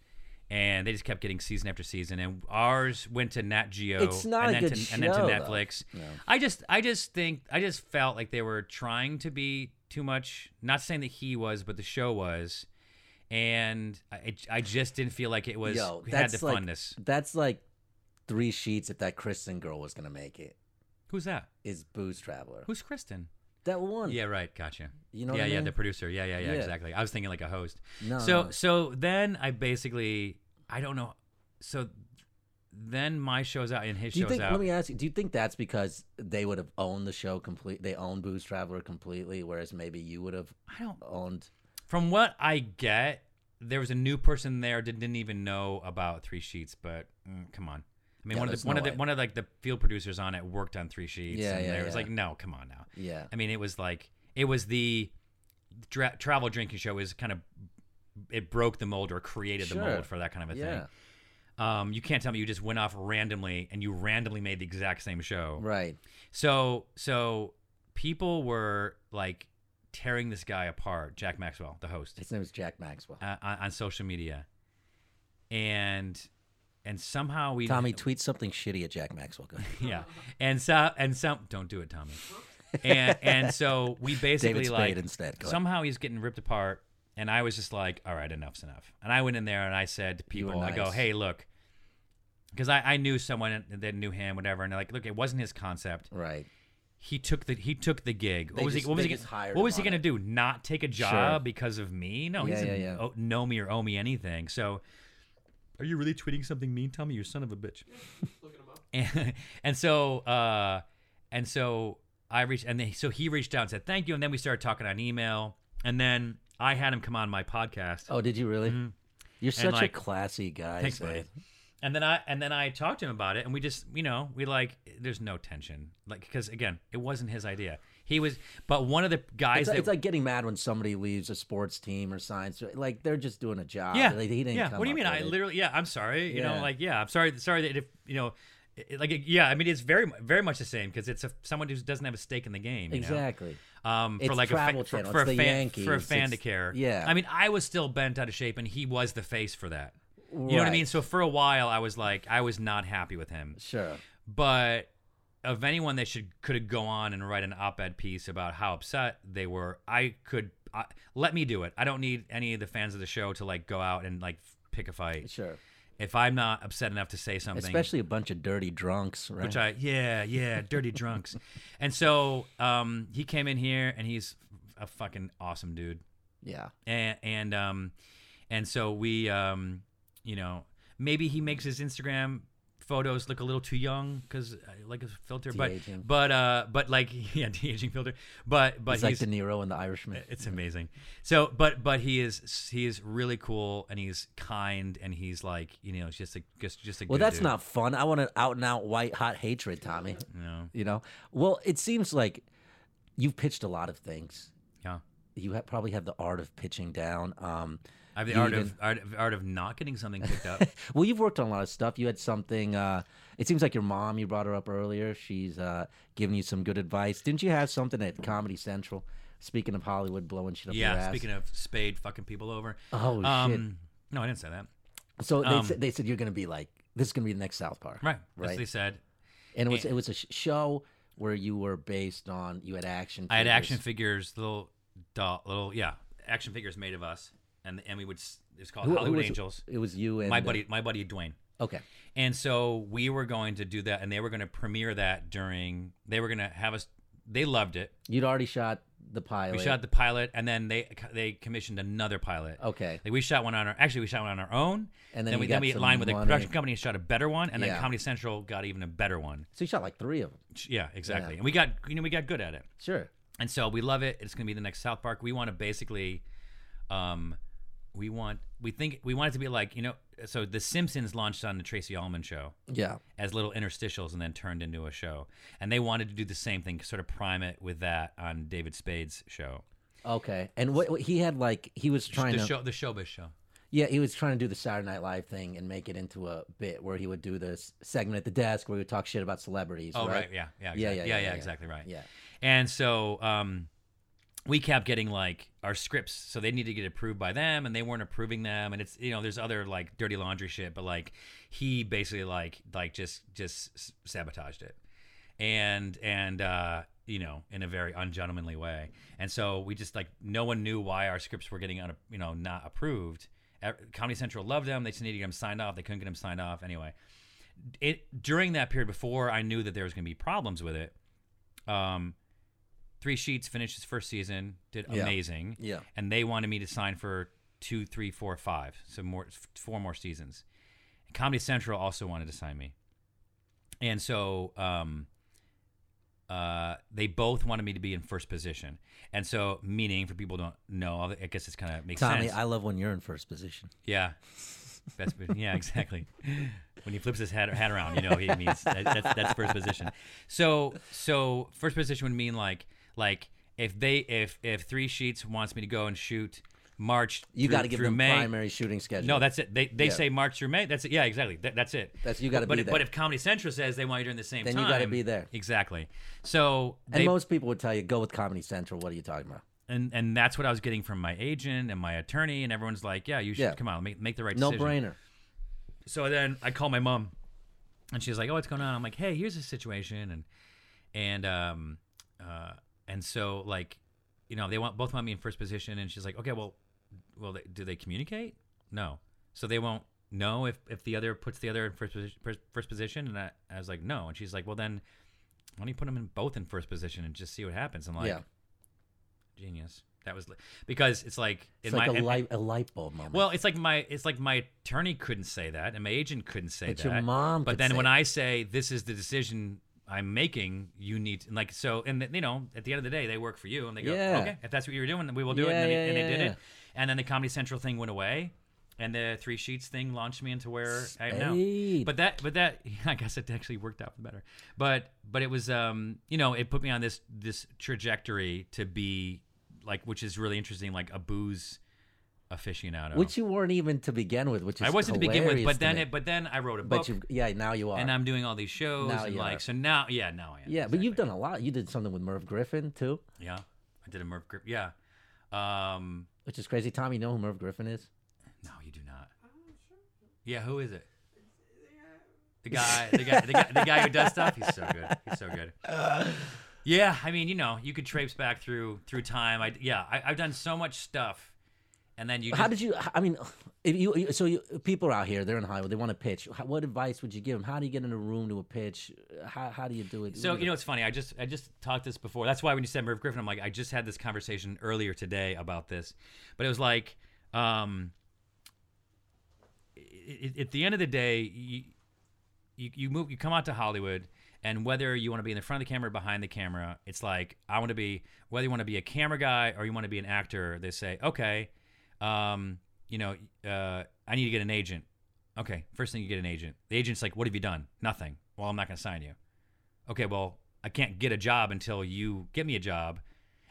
and they just kept getting season after season. And ours went to Nat Geo, It's not and, a then good to, and then to show, though. Netflix. No. I just, I just think, I just felt like they were trying to be too much. Not saying that he was, but the show was, and I, it- I just didn't feel like it was Yo, had the that's like- funness. That's like three sheets if that Kristen girl was gonna make it. Who's that? Is Booze Traveler. Who's Kristen? that one. Yeah, right. Gotcha. You know Yeah, what I yeah. mean? The producer. Yeah, yeah, yeah, Yeah. Exactly. I was thinking like a host. No, so, no. so then I basically, I don't know. So then my show's out and his Do you show's think? out. Let me ask you. Do you think that's because they would have owned the show complete? They owned Booze Traveler completely, whereas maybe you would have I don't. owned. From what I get, there was a new person there that didn't even know about Three Sheets. But mm, come on. I mean, Yeah, one of there's the one no of the way. one of like the field producers on it worked on Three Sheets. Yeah, and yeah, It was yeah. like, no, come on now. Yeah, I mean, it was like it was the dra- travel drinking show is kind of it broke the mold or created the Sure. mold for that kind of a yeah, thing. Um, you can't tell me you just went off randomly and you randomly made the exact same show. right. So so people were like tearing this guy apart, Jack Maxwell, the host, His name is Jack Maxwell. uh, on, on social media, and and somehow we Tommy, tweet something shitty at Jack Maxwell. Go ahead. yeah, and so and some don't do it, Tommy. And and so we basically David Spade like instead. Go ahead. somehow he's getting ripped apart and i was just like all right enough's enough and i went in there and i said to You were people i go nice. hey look because I, I knew someone that knew him, whatever, and like, look, it wasn't his concept. Right. He took the he took the gig. What They was just- he? What was they he? just Gonna, hired what was he him on gonna do? Not take a job because of me? No, he Yeah, doesn't yeah, yeah. o- know me or owe me anything. So, are you really tweeting something mean? Tell me, you son of a bitch. Looking him up. and and so uh and so I reached and then so he reached out and said thank you and then we started talking on email and then I had him come on my podcast Oh, did you really? You're such Mm-hmm. like- a classy guy. thanks Zane. buddy and then I and then I talked to him about it and we just you know we like there's no tension like because again it wasn't his idea he was but one of the guys It's, that like- it's like getting mad when somebody leaves a sports team or science. Like they're just doing a job. yeah Like, he didn't yeah come what do you up mean I with it. literally yeah I'm sorry you Yeah. know like yeah I'm sorry sorry that if you know it, like yeah I mean it's very very much the same because it's a, someone who doesn't have a stake in the game you know? Exactly. um, It's for like Travel a fa- Channel, for, for it's a the fan for a Yankees, fan to it's- care. yeah. I mean, I was still bent out of shape, and he was the face for that. You know what I Right. mean? So for a while, I was like, I was not happy with him. Sure. But of anyone that should could go on and write an op-ed piece about how upset they were, I could I, let me do it. I don't need any of the fans of the show to like go out and like pick a fight. Sure. If I'm not upset enough to say something, Especially a bunch of dirty drunks, right? which I yeah yeah dirty drunks, and so um, he came in here and he's a fucking awesome dude, yeah. and and um, and so we um, you know maybe he makes his Instagram photos look a little too young because like a filter, but De-aging. but uh but like yeah de aging filter, but but Eh, It's like De Niro and the Irishman. it's amazing. So, but but he is he is really cool and he's kind and he's like you know just a just just a Well, good that's dude, not fun. I want an out and out white hot hatred, Tommy. you know? You know. Well, it seems like you've pitched a lot of things. yeah. You ha- probably have the art of pitching down. Um, I have the you art even- of, art of art of not getting something picked up. Well, you've worked on a lot of stuff. You had something. Uh, it seems like your mom. You brought her up earlier. She's uh, giving you some good advice. Didn't you have something at Comedy Central? Speaking of Hollywood blowing shit up your yeah, ass. speaking of Spade fucking people over. Oh, shit. um, No, I didn't say that. so they, um, said, they said you're going to be like this is going to be the next South Park, Right. That's Right. what they said. And it was it was a sh- show where you were based on you had action. I had figures. action figures, little doll, little yeah, action figures made of us, and and we would. s- It's called Who- who Hollywood was- Angels. It was you and My uh, buddy, my buddy Dwayne. Okay. And so we were going to do that, and they were going to premiere that during. They were going to have us. They loved it. You'd already shot the pilot. We shot the pilot, and then they they commissioned another pilot. Okay. Like we shot one on our actually we shot one on our own, And then you we got then we some aligned with a money. production company and shot a better one, and Yeah. then Comedy Central got even a better one. So you shot like three of them. Yeah, exactly. And we got you know we got good at it, Sure. and so we love it. It's gonna be the next South Park. We want to basically, um, we want we think we want it to be like you know so the Simpsons launched on the Tracy Ullman show Yeah. as little interstitials and then turned into a show, and they wanted to do the same thing, sort of prime it with that on David Spade's show, Okay. And what, what he had like he was trying the to show the Showbiz show. Yeah, he was trying to do the Saturday Night Live thing and make it into a bit where he would do this segment at the desk where he would talk shit about celebrities. Oh right? right, yeah, yeah, Yeah, exactly. yeah, yeah, yeah, yeah, yeah. exactly right. Yeah. And so um, we kept getting like our scripts, so they need to get approved by them, and they weren't approving them, and it's you know there's other like dirty laundry shit, but like he basically like like just just s- sabotaged it, and and uh, you know in a very ungentlemanly way, and so we just like no one knew why our scripts were getting un- you know not approved. Uh, Comedy Central loved them; they just needed to get them signed off. They couldn't get them signed off anyway. It during that period before I knew that there was going to be problems with it. Um, Three Sheets finished his first season, did Yeah. amazing. Yeah. And they wanted me to sign for two, three, four, five, so more, f- four more seasons. Comedy Central also wanted to sign me, and so um, uh, they both wanted me to be in first position. And so, meaning for people who don't know, I guess it's kind of makes Tommy, sense. I love when you're in first position. Yeah. That's, yeah, exactly. When he flips his hat, hat around, you know, he means that, that's, that's first position. So, so first position would mean like, like if they, if, if three sheets wants me to go and shoot March, You through- got to give through them May. primary shooting schedule. No, that's it. They, they Yeah. say March through May. That's it. Yeah, exactly. That, that's it. That's- you gotta But be if- there. But if Comedy Central says they want you during the same Then you time, gotta be there. Exactly. So and they, most people would tell you go with Comedy Central. What are you talking about? and and that's what I was getting from my agent and my attorney, and everyone's like, yeah, you should Yeah. come on, make, make the right No decision. brainer. so then I call my mom, and she's like, "Oh, what's going on?" I'm like, "Hey, here's the situation," and and um uh and so like you know they want both want me in first position, and she's like, "Okay, well, well, they, do they communicate? No, so they won't no if, if the other puts the other in first, posi- first, first position? And I, I was like, no. And she's like, well, then why don't you put them in both in first position and just see what happens? I'm like, yeah. genius. That was li- because it's like in It's like my a and- light a light bulb moment. well, it's like my it's like my attorney couldn't say that, and my agent couldn't say But that. your mom But could then say when it. I say this is the decision I'm making, you need to, and like so, and th- you know, at the end of the day, they work for you, and they go, Yeah. okay, if that's what you were doing, then we will do it. Yeah, And, then yeah, they, and yeah, they did yeah. it, and then the Comedy Central thing went away. And the three sheets thing launched me into where I am now. Spade. But that, but that, I guess it actually worked out for the better. But, but it was, um, you know, it put me on this this trajectory to be like, which is really interesting, like a booze aficionado. which you weren't even to begin with, which is I wasn't to begin with, hilarious but to then me. it, but then I wrote a book, but you yeah now you are and I'm doing all these shows, Now and you like are. so now, yeah, now I am. yeah but you've exactly. done a lot. You did something with Merv Griffin too, yeah, I did a Merv Grip, yeah. Um, which is crazy. Tom, you know who Merv Griffin is? no, you do not. Yeah, who is it? The guy, the guy, the guy, the guy who does stuff. He's so good. He's so good. Yeah, I mean, you know, you could traipse back through through time. I yeah, I, I've done so much stuff, and then you. Just, How did you? I mean, if you you- so you, people are out here, they're in Hollywood, they want to pitch. How, what advice would you give them? How do you get in a room to a pitch? How, how do you do it? So you know, it's funny. I just I just talked this before. That's why when you said Merv Griffin, I'm like, I just had this conversation earlier today about this, but it was like, um, i- i- at the end of the day, you, you you move, you come out to Hollywood, and whether you want to be in the front of the camera or behind the camera, it's like I want to be. Whether you want to be a camera guy or you want to be an actor, they say, okay, um, you know, uh, I need to get an agent. Okay, first thing you get an agent. The agent's like, what have you done? Nothing. Well, I'm not going to sign you okay, well, I can't get a job until you get me a job,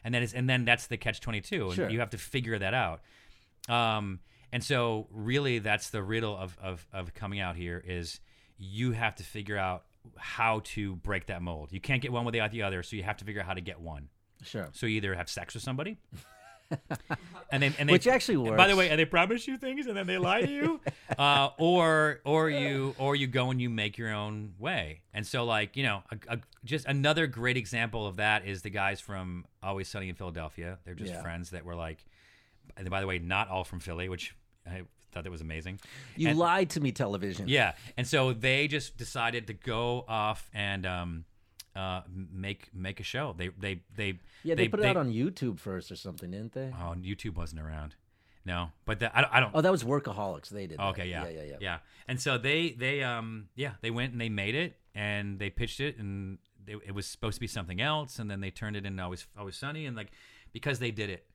and then it's, and then that's the catch twenty two, and Sure. you have to figure that out. Um, and so really, that's the riddle of of of coming out here is you have to figure out how to break that mold. You can't get one without the other, so you have to figure out how to get one. sure. So you either have sex with somebody, and they and they Which actually works. By the way, and they promise you things and then they lie to you, uh, or or you or you go and you make your own way. And so, like you know, a, a, just another great example of that is the guys from Always Sunny in Philadelphia. They're just Yeah. friends that were like, and by the way, not all from Philly, which I thought that was amazing. you and- lied to me, television. Yeah, and so they just decided to go off and um, uh, make make a show. They they they yeah. They, put it they- out on YouTube first or something, didn't they? Oh, and YouTube wasn't around. No, but the, I don't. I don't Oh, that was workaholics. They did. that. okay, yeah, yeah, yeah, yeah. And so they they um yeah they went and they made it and they pitched it and they, it was supposed to be something else and then they turned it into always always sunny and like because they did it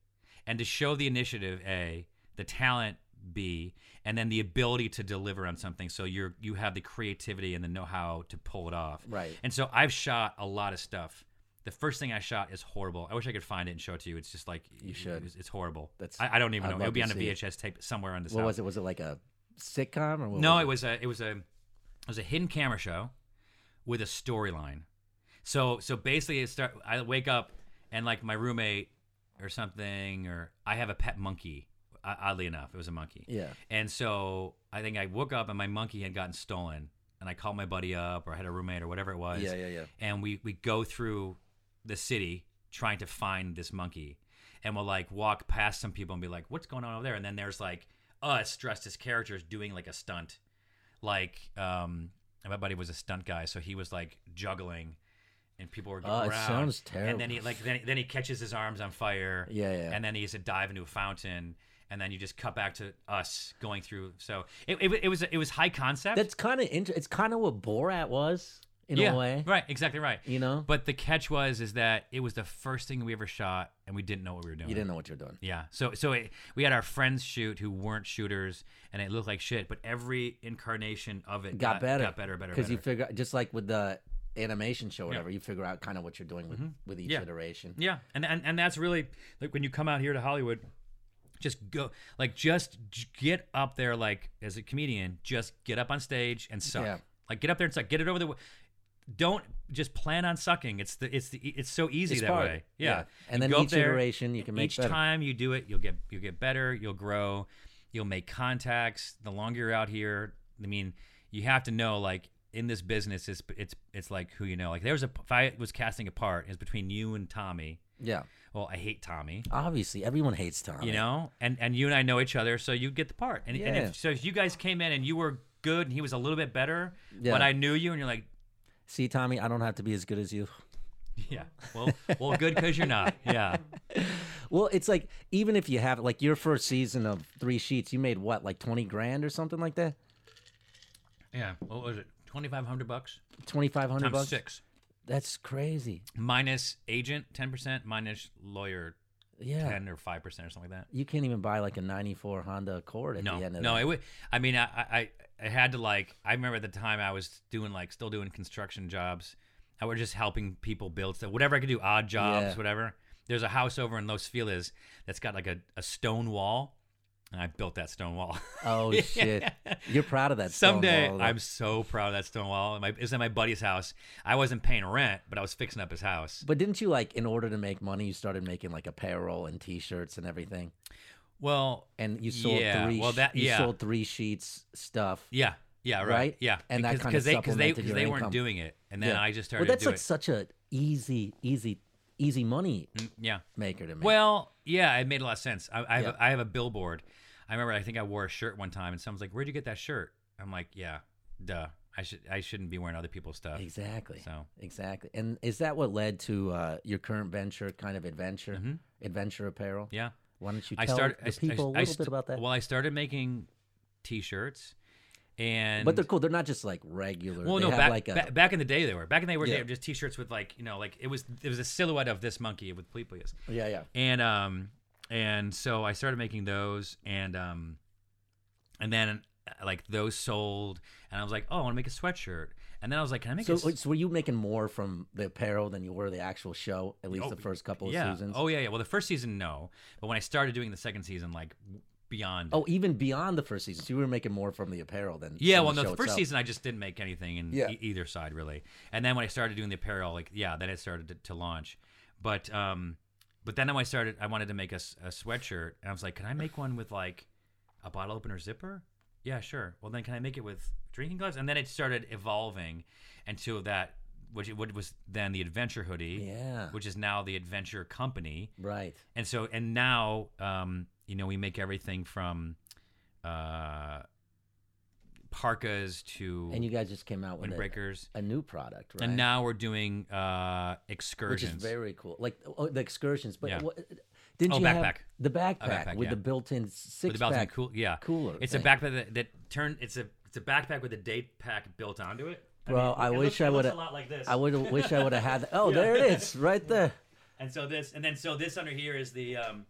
and to show the initiative a the talent b and then the ability to deliver on something so you're you have the creativity and the know-how to pull it off Right. and so i've shot a lot of stuff the first thing i shot is horrible i wish i could find it and show it to you it's just like you should. it's, it's horrible That's- I, I don't even I'd know love it'll be to on a see it. vhs tape somewhere on this What house. was it? Was it like a sitcom or what No, was it was a it was a it was a hidden camera show with a storyline. So so basically, it start. I wake up and like my roommate or something, or I have a pet monkey. O- Oddly enough, it was a monkey. Yeah. And so I think I woke up and my monkey had gotten stolen, and I called my buddy up or I had a roommate or whatever it was. Yeah, yeah, yeah. And we we go through the city trying to find this monkey, and we'll like walk past some people and be like, "What's going on over there?" And then there's like us dressed as characters doing like a stunt, like um, my buddy was a stunt guy, so he was like juggling. And people were going Oh, it around. sounds And then he terrible. like then, then he catches his arms on fire. Yeah, yeah. And then he has to dive into a fountain. And then you just cut back to us going through. So it, it, wa- it was it was high concept. That's kind of inter- it's kind of what Borat was in yeah, a way. right, exactly right. You know, But the catch was is that it was the first thing we ever shot, and we didn't know what we were doing. you didn't know what you were doing. Yeah. So so it, we had our friends shoot who weren't shooters, and it looked like shit. But every incarnation of it got, better. Got better. Better. Because you better. figure just like with the animation show, or whatever, you figure out kind of what you're doing with with each Mm-hmm. Yeah. iteration. Yeah, and, and and that's really like when you come out here to Hollywood, just go like just j- get up there like as a comedian, just get up on stage and suck. Yeah. Like get up there and suck. Get it over the. Don't just plan on sucking. It's the it's the it's so easy It's that part- way. yeah. Yeah. And then each iteration you can make each better. time you do it, you'll get you'll get better. You'll grow. You'll make contacts. The longer you're out here, I mean, you have to know like in this business, it's it's it's like who you know. Like there was a if I was casting a part, it was between you and Tommy Yeah. Well, I hate Tommy. Obviously, everyone hates Tommy. You know, and and you and I know each other, so you get the part. And, and Yeah. if, so if you guys came in and you were good and he was a little bit better, Yeah. but I knew you and you're like, See, Tommy, I don't have to be as good as you. yeah, well, well, good because you're not. Yeah, Well, it's like even if you have like your first season of Three Sheets, you made what like twenty grand or something like that, yeah. What was it? Twenty five hundred bucks twenty five hundred times bucks. six That's crazy. minus agent ten percent minus lawyer Yeah, ten or five percent or something like that. you can't even buy like a ninety four Honda Accord at no, the end of no, that. it would. I mean, I, I, I had to like. I remember at the time I was doing like still doing construction jobs. I was just helping people build stuff, whatever I could do, odd jobs, Yeah. whatever. There's a house over in Los Feliz that's got like a, a stone wall, and I built that stone wall. Oh shit, you're proud of that. stone Someday wall, though. I'm so proud of that stone wall. My, it's at my buddy's house. I wasn't paying rent, but I was fixing up his house. But didn't you like in order to make money, you started making like apparel and T-shirts and everything, Well, and you sold Yeah, three. well, sh- that- you yeah. sold three sheets stuff. yeah, yeah, right, Right? yeah, And that because, kinda because they because they supplemented because your they weren't income. doing it, and then Yeah. I just started Well, that's to do like such a easy, easy, easy money it. Mm, Yeah. maker to make. Well, yeah, it made a lot of sense. I, I, have, Yeah. a, I have a billboard. I remember. I think I wore a shirt one time, and someone's like, "Where'd you get that shirt?" I'm like, "Yeah, duh. I should I shouldn't be wearing other people's stuff." exactly. So Exactly. And is that what led to uh, your current venture, kind of adventure, adventure apparel? Mm-hmm. yeah, Why don't you I tell started. I the st- I people st- a I little bit st- about that? Well, I started making t-shirts, and but they're cool. They're not just like regular. well, they no, have back, like a ba- back in the day they were. Back in the day, were- Yeah. they were just t-shirts with like you know like it was it was a silhouette of this monkey with Pleplius. yeah, yeah. and um and so I started making those and um and then uh, like those sold and I was like oh I want to make a sweatshirt and then I was like can I make So, a s- so were you making more from the apparel than you were the actual show? At least Oh, the first couple of yeah seasons. oh yeah yeah well the first season no but when I started doing the second season like w- beyond Oh, even beyond the first season, so you were making more from the apparel than yeah from well the no the show first itself. season I just didn't make anything in Yeah. e- either side really and then when I started doing the apparel like yeah then it started to, to launch but um but then when I started I wanted to make a, s- a sweatshirt and I was like can I make one with like a bottle opener zipper? Yeah, sure. Well, then can I make it with drinking gloves? And then it started evolving into that, which what was then the adventure hoodie, Yeah. which is now the adventure company. Right. And so, and now, um, you know, we make everything from uh, parkas to And you guys just came out with a, windbreakers, a new product, right? and now we're doing uh, which is excursions. very cool. Like oh, the excursions, but Yeah. what, didn't Oh, you have backpack. the backpack, backpack, with yeah. the built-in six with the built-in pack? cool, yeah, cooler It's thing. a backpack that, that turned. It's a it's a backpack with a date pack built onto it. Bro, mean, I it wish looks- I it looks would've- A lot like this. I would wish I would have had. That. Oh, there it is, right there. And so this, and then so this under here is the um,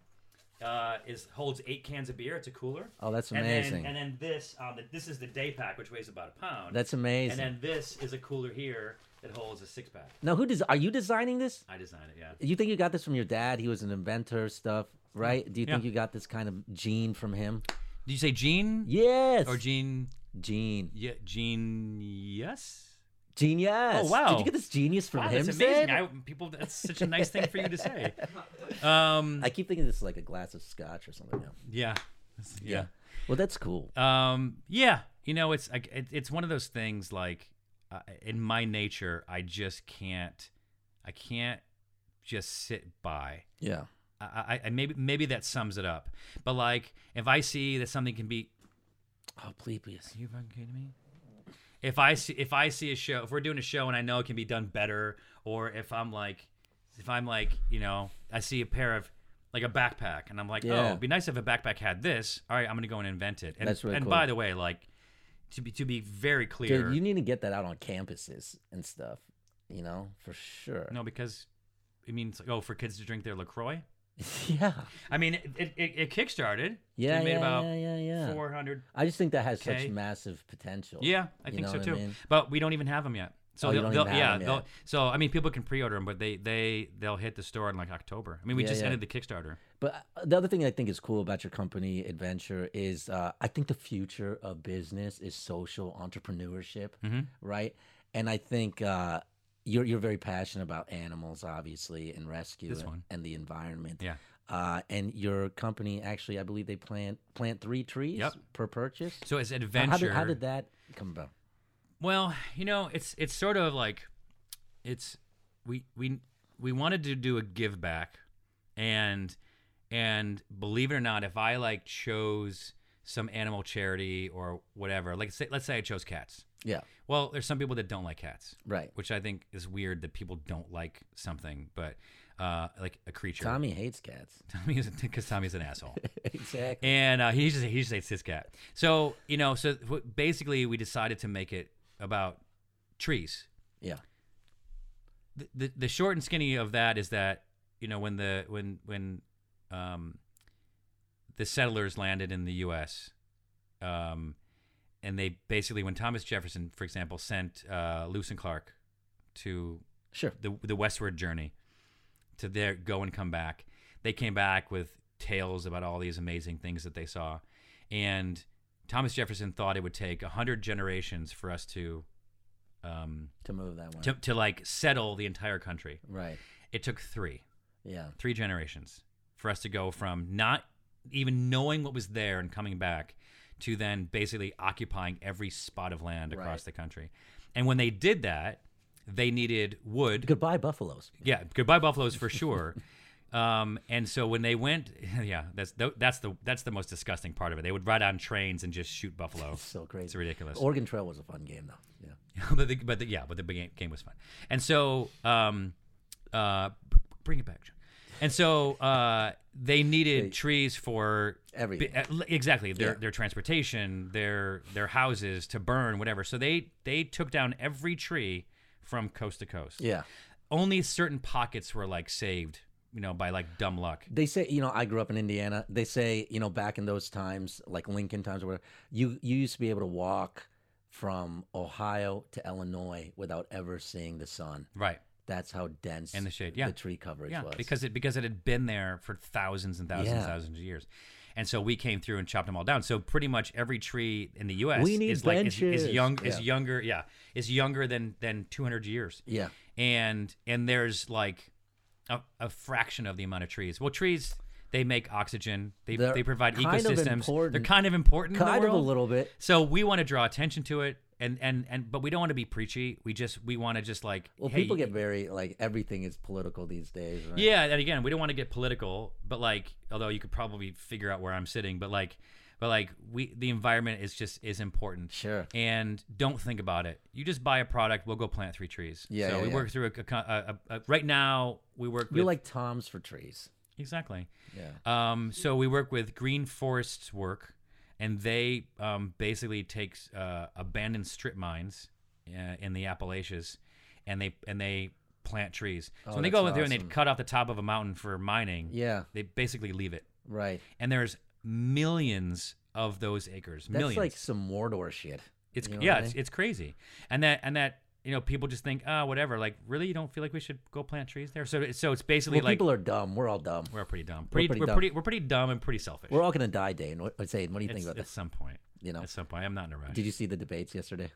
uh, is holds eight cans of beer. It's a cooler. Oh, that's And amazing. then, and then this on the this is the day pack, which weighs about a pound. That's And amazing. then this is a cooler here that holds a six pack. now, who does? Are you designing this? I designed it. Yeah. You think you got this from your dad? He was an inventor, stuff, right? Do you think Yeah. you got this kind of gene from him? Did you say Gene Yes. Gene? gene? Yeah, Gene. Yes. Genius. Oh Did wow. you get this genius from Wow, him? that's amazing. Sid? I, people, that's such a nice thing for you to say. Um, I keep thinking this is like a glass of scotch or something. Now. yeah. Yeah. Well, that's cool. Um, yeah, you know, it's like it, it's one of those things. Like uh, in my nature, I just can't, I can't just sit by. Yeah. I, I, I maybe maybe that sums it up. But like, if I see that something can be, Oh, Plebius. are you fucking kidding me? If I see if I see a show, if we're doing a show and I know it can be done better, or if I'm like, if I'm like, you know, I see a pair of like a backpack and I'm like, oh, Yeah. it'd be nice if a backpack had this. All right, I'm gonna go and invent it. And, That's really and cool. by the way, like to be to be very clear, Dude, you need to get that out on campuses and stuff. You know, for sure. no, because I mean, it's like, oh, for kids to drink their Lacroix. yeah. I mean, it it, it, it kickstarted. Yeah. we made yeah, about yeah. Yeah. Yeah. four hundred I just think that has Okay. such massive potential. Yeah, I You think know so what I too. mean? But we don't even have them yet. So Oh, you they'll, don't they'll- even have yeah, 'em yet. they'll- so I mean, people can pre-order them, but they they they'll hit the store in like October. I mean, we Yeah, just yeah. ended the Kickstarter. But uh, the other thing I think is cool about your company, Adventure, is uh, I think the future of business is social entrepreneurship, Mm-hmm. right? And I think uh, you're you're very passionate about animals, obviously, and rescue This and, one. and the environment. Yeah. Uh, and your company actually, I believe they plant plant three trees Yep. per purchase. So it's Now, adventure. How did, how did that come about? Well, you know, it's it's sort of like it's we we we wanted to do a give back and and believe it or not, if I like chose some animal charity or whatever, like say, let's say I chose cats. Yeah. Well, there's some people that don't like cats, Right. which I think is weird that people don't like something, but uh, like a creature. Tommy hates cats. Tommy is because Tommy's an asshole. exactly. and uh, he just he just hates his cat. So you know, so w- basically, we decided to make it about trees. Yeah. The, the the short and skinny of that is that you know when the when when um the settlers landed in the U.S. um and they basically when Thomas Jefferson, for example, sent uh, Lewis and Clark to Sure. the the westward journey to their go and come back. They came back with tales about all these amazing things that they saw, and Thomas Jefferson thought it would take a hundred generations for us to, um, To move that one. to to like settle the entire country. right. It took three, Yeah. three generations for us to go from not even knowing what was there and coming back to then basically occupying every spot of land across Right. the country. And when they did that, they needed wood. Goodbye, buffaloes. Yeah, goodbye buffaloes for sure. um, and so when they went, yeah, that's the, that's the that's the most disgusting part of it. They would ride on trains and just shoot buffalo. So crazy. It's ridiculous. Oregon Trail was a fun game, though. Yeah. but the, but the, yeah, but the game, game was fun. And so um, uh, b- bring it back. John. And so uh, they needed trees for Everything. bi- uh, l- exactly their Yeah. their transportation, their their houses to burn, whatever. So they they took down every tree from coast to coast Yeah. only certain pockets were like saved, you know, by like dumb luck. They say, you know, I grew up in Indiana. They say, you know, back in those times, like Lincoln times or whatever, you, you used to be able to walk from Ohio to Illinois without ever seeing the sun. Right. That's how dense And the shade, yeah. the tree coverage Yeah. was. Because it because it had been there for thousands and thousands and Yeah. thousands of years. And so we came through and chopped them all down. So pretty much every tree in the US We need is like is, is benches. young is Yeah. younger, yeah. Is younger than than 200 years. yeah. And and there's like a, a fraction of the amount of trees. Well, trees they make oxygen. They, They're they provide kind of ecosystems. They're important. kind of important. in the Kind of a world. little bit. So we want to draw attention to it, and and and but we don't want to be preachy. We just we want to just like Well, hey, people get very, like, everything is political these days, right? yeah. And again, we don't want to get political, but like although you could probably figure out where I'm sitting, but like but like we the environment is just is important. Sure. And don't think about it. You just buy a product. We'll go plant three trees. Yeah, So yeah, we yeah. work through a, a, a, a, a- right now. We work. You're with, like Tom's for trees. exactly. Yeah. Um, so we work with Green Forest's work, and they um, basically takes uh, abandoned strip mines uh, in the Appalachias, and they and they plant trees. So Oh, when they that's go through and they awesome. cut off the top of a mountain for mining, Yeah. they basically leave it. Right. And there's millions of those acres. That's millions. like some Mordor shit. It's You know yeah, what I it's, mean? it's crazy, and that and that you know people just think ah whatever. Like really, you don't feel like we should go plant trees there. So it's- so it's basically Well, like people are dumb. We're all dumb. we're pretty dumb. Pretty, pretty we're dumb. pretty we're pretty dumb and pretty selfish. We're all gonna die, Dane. What, what- Zane, what do you think It's- about at this? some point. You know, At some point, I'm not in a rush. did you see the debates yesterday?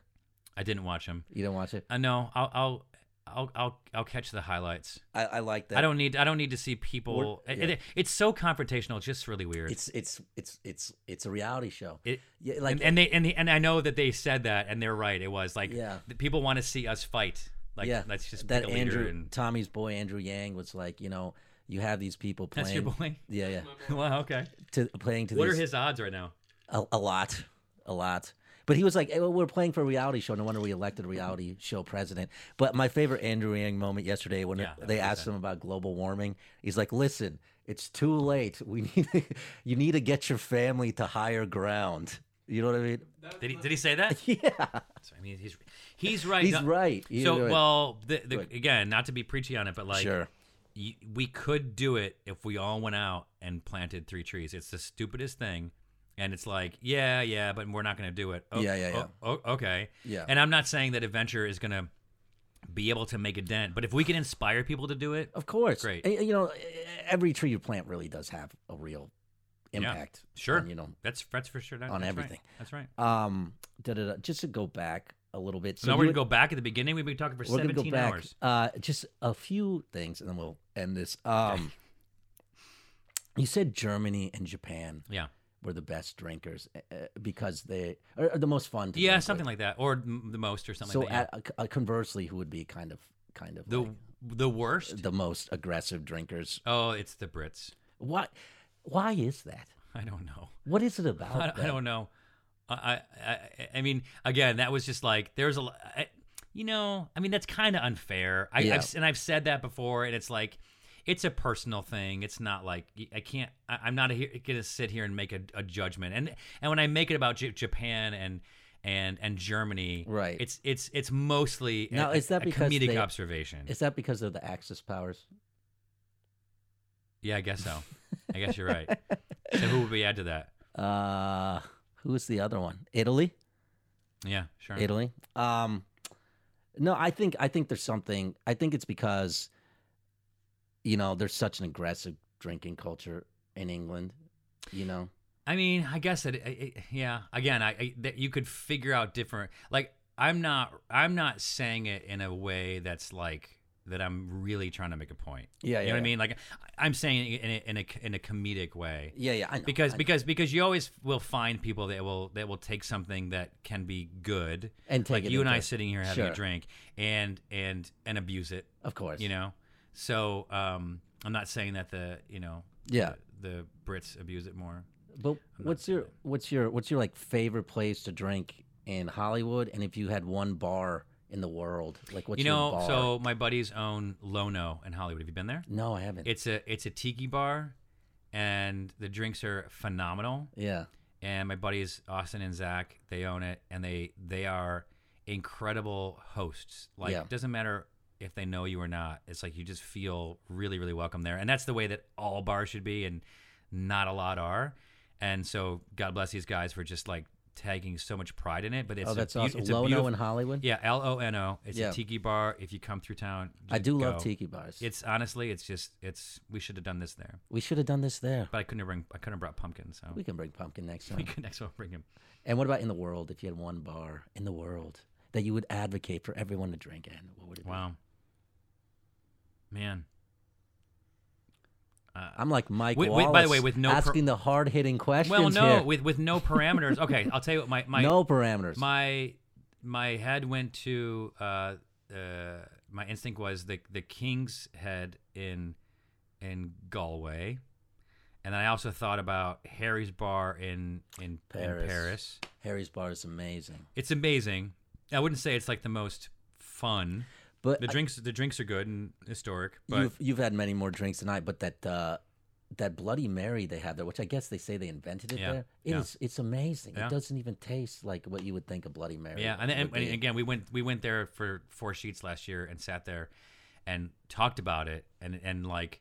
I didn't watch them. You didn't watch it. I know. I'll, I'll, I'll, I'll, I'll catch the highlights. I, I like that. I don't need. I don't need to see people. We're- it- it- yeah. it's so confrontational. It's just really weird. It's it's it's it's it's a reality show. it, yeah, like and, and they and the, and I know that they said that, and they're right. It was like Yeah. the people want to see us fight. Like yeah, let's just that pick a leader Andrew and Tommy's boy Andrew Yang was like, you know, you have these people playing. that's your boy. Yeah, yeah, wow. Okay. to playing to What are these, his odds right now? a, a lot, a lot. But he was like, hey, well, "We're playing for a reality show. No wonder we elected a reality show president." But my favorite Andrew Yang moment yesterday when Yeah, they asked him about global warming, he's like, "Listen, it's too late. We need you need to get your family to higher ground." You know what I mean? That's Did he, not- did he say that? Yeah, I mean, he's he's right. he's No- right. You know So what- well, the, the, Good. again, not to be preachy on it, but like sure, you, we could do it if we all went out and planted three trees. It's the stupidest thing. And it's like, yeah, yeah, but we're not going to do it. Yeah, yeah, yeah. oh, oh, okay. Yeah. And I'm not saying that Adventure is going to be able to make a dent, but if we can inspire people to do it, of course. Great. And, you know, e, every tree you plant really does have a real Yeah. impact. sure. on, you know, that's that's for sure. That- on that's everything. Right. That's right. um, da, da, da, just to go back a little bit. So now we're you going to go back at the beginning. We've been talking for we're 17 gonna go back. hours. Uh, just a few things, and then we'll end this. Um, you said Germany and Japan Yeah. were the best drinkers uh, uh, because they are are the most fun. To Yeah, drink something like that. Or m- the most or with. something so. like uh, that. yeah. at- uh, conversely, who would be kind of kind of the like- the worst. the most aggressive drinkers. Oh, it's the Brits. Why? Why is that? I don't know. What is it about? I, I them? don't know. I, I I- I mean, again, that was just like there's a, l- I- you know, I mean that's kind of unfair. I Yeah. I've, s- and I've said that before, and it's like it's a personal thing. It's not like I can't. I, I'm not here, gonna sit here and make a, a judgment. And and when I make it about J- Japan and and and Germany, Right. It's it's it's mostly a- Now, a, is that a because comedic they- observation? Is that because of the Axis powers? yeah, I guess so. I guess you're right. So who would we add to that? Uh, who's the other one? Italy. Yeah, sure. Italy. Um, no, I think I think there's something. I think it's because, you know, there's such an aggressive drinking culture in England. You know, I mean, I guess that, I- I- yeah. Again, I, I that you could figure out different. Like, I'm not, I'm not saying it in a way that's like that. I'm really trying to make a point. Yeah, you yeah, know what I yeah. mean. Like, I'm saying it in a in a, in a comedic way Yeah, yeah, I know. because I know. because because you always will find people that will that will take something that can be good And take like it you and into- I sitting here having Sure. a drink and and and abuse it. of course, You know, so um, I'm not saying that the you know Yeah. the, the Brits abuse it more. But what's your what's your what's your like favorite place to drink in Hollywood? And if you had one bar in the world, like what's you know, your bar? so my buddies own Lono in Hollywood. Have you been there? no, I haven't. It's a it's a tiki bar, and the drinks are phenomenal. yeah, And my buddies Austin and Zach, they own it, and they they are incredible hosts. Like Yeah. it doesn't matter if they know you or not. It's like you just feel really really welcome there, and that's the way that all bars should be, and not a lot are. And so God bless these guys for just like taking so much pride in it. But it's oh, a that's beau- awesome. It's a Lono beautiful, in Hollywood. yeah, L O N O. It's Yeah. a tiki bar. If you come through town, I just do love go. tiki bars. It's honestly, it's just, it's. We should have done this there, we should have done this there. but I couldn't have bring. I couldn't have brought pumpkin, so We can bring pumpkin next we time. could next one bring him. And what about in the world? If you had one bar in the world that you would advocate for everyone to drink in, what would it be? Wow, man. I'm like Mike Wait, Wallace. wait, by the way, with no per- asking the hard hitting questions. Well, no, here. with with no parameters. Okay, I'll tell you what. My my no parameters. my my head went to. Uh, uh, my instinct was the the king's head in in Galway, and then I also thought about Harry's bar in in Paris. In Paris. Harry's bar is amazing, It's amazing. I wouldn't say it's like the most fun. but The I- drinks the drinks are good and historic, but you've you've had many more drinks than I. But that uh, that Bloody Mary they have there, which I guess they say they invented it Yeah, there. It yeah. is- it's amazing. Yeah. It doesn't even taste like what you would think a Bloody Mary. yeah, and, and, would and be. again, we went we went there for four sheets last year and sat there and talked about it and and like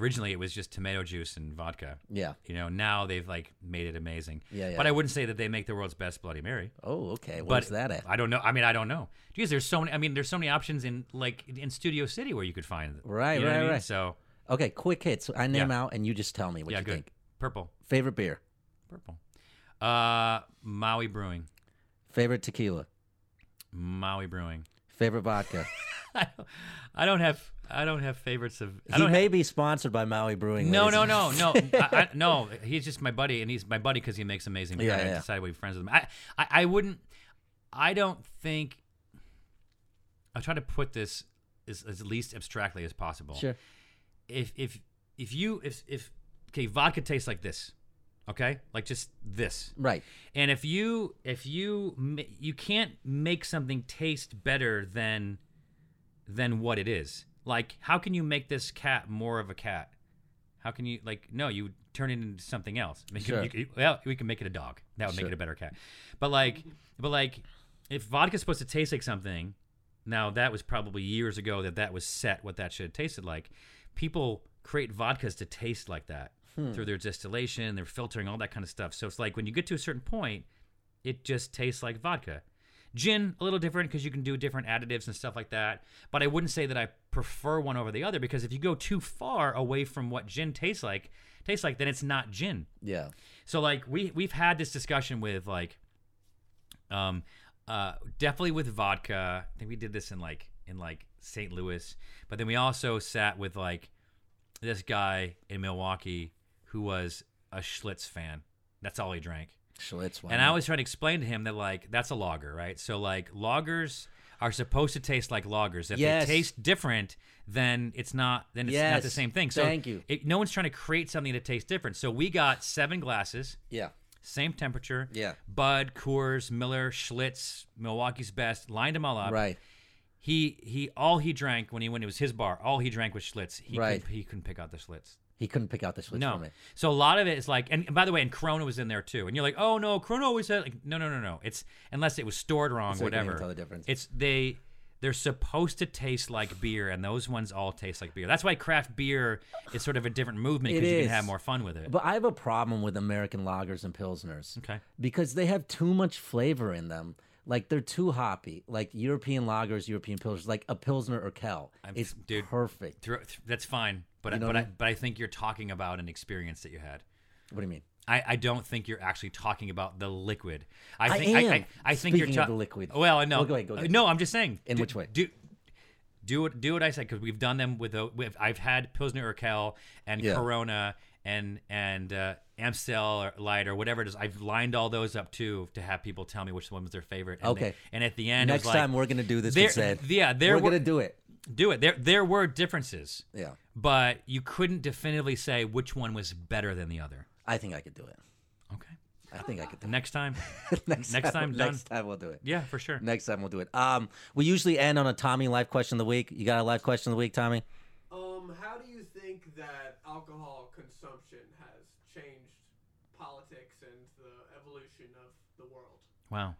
originally it was just tomato juice and vodka. yeah. You know, now they've like made it amazing. Yeah, yeah. But I wouldn't say that they make the world's best Bloody Mary. Oh, okay. But What's that at? I don't know. I mean, I don't know. Geez, there's so many. I mean, there's so many options in like in Studio City where you could find them. Right, You know what I right, mean? right. So Okay, quick hits. I name out, and you just tell me what yeah, you good. think. Purple, Favorite beer. purple. Uh, Maui Brewing, Favorite tequila. Maui Brewing. Favorite vodka. I don't- I don't have I don't have favorites of I he don't may have, be sponsored by Maui Brewing. no ladies no and- no no I, I, no he's just my buddy and he's my buddy because he makes amazing beer. Yeah, I yeah. decided we'd be friends with him I, I I wouldn't I don't think I'll try to put this as, as least abstractly as possible Sure. if if if you if if okay vodka tastes like this okay like just this Right. and if you if you ma- you can't make something taste better than than what it is. Like how can you make this cat more of a cat? How can you like no, you turn it into something else. I mean, you- Sure. you- you- well, we can make it a dog. That would Sure. make it a better cat. But like but like if vodka's supposed to taste like something, now that was probably years ago that that was set what that should have tasted like. People create vodkas to taste like that through their distillation, their filtering, all that kind of stuff. So it's like when you get to a certain point, it just tastes like vodka. Gin, a little different because you can do different additives and stuff like that. But I wouldn't say that I prefer one over the other because if you go too far away from what gin tastes like, tastes like, then it's not gin. Yeah. So like we we've had this discussion with like, um, uh, definitely with vodka. I think we did this in like in like St. Louis, but then we also sat with like this guy in Milwaukee who was a Schlitz fan. That's all he drank. Schlitz. why And I not? always try to explain to him that like that's a logger, right? So like loggers are supposed to taste like lagers. If Yes. they taste different, then it's not then it's not the Yes. same thing. So Thank you. It, no one's trying to create something that tastes different. So we got seven glasses, Yeah. same temperature. Yeah. Bud, Coors, Miller, Schlitz, Milwaukee's Best, lined them all up. Right. He he. All he drank when he when it was his bar. All he drank was Schlitz. He Right. Couldn't, he couldn't pick out the Schlitz. He couldn't pick out the switch No. from it. So a lot of it is like, and, and by the way, and Corona was in there too. And you're like, oh no, Corona always had like, no, no, no, no. It's unless it was stored wrong, So you can't even whatever. tell the difference. It's they. They're supposed to taste like beer, and those ones all taste like beer. That's why craft beer is sort of a different movement It because you is. can have more fun with it. But I have a problem with American lagers and pilsners. Okay. Because they have too much flavor in them. Like they're too hoppy. Like European lagers, European pilsners, like a pilsner or kel. it's dude. perfect. Thro- th- that's fine, but I but know what I, I mean? but I think you're talking about an experience that you had. What do you mean? I, I don't think you're actually talking about the liquid. I think I, am I, I think you're speaking talking of the liquid. Well, I know. Uh, Well, go ahead, go ahead. No, I'm just saying. In do- which way? Do do what do what I said because we've done them with, a, with I've had Pilsner Urquell and Yeah. Corona and and uh, Amstel or Light or whatever it is. I've lined all those up too to have people tell me which one was their favorite. And Okay. they- and at the end, it was Next like, time we're gonna do this. there- we said, yeah, there we're were- gonna do it. do it. There there were differences. Yeah, But you couldn't definitively say which one was better than the other. I think I could do it. Okay. I think I could do Next time. it. next time done. Next time we'll do it. yeah, for sure. Next time we'll do it. Um, we usually end on a Tommy life question of the week. You got a life question of the week, Tommy? Um, how do you think that alcohol consumption has changed politics and the evolution of the world? Wow.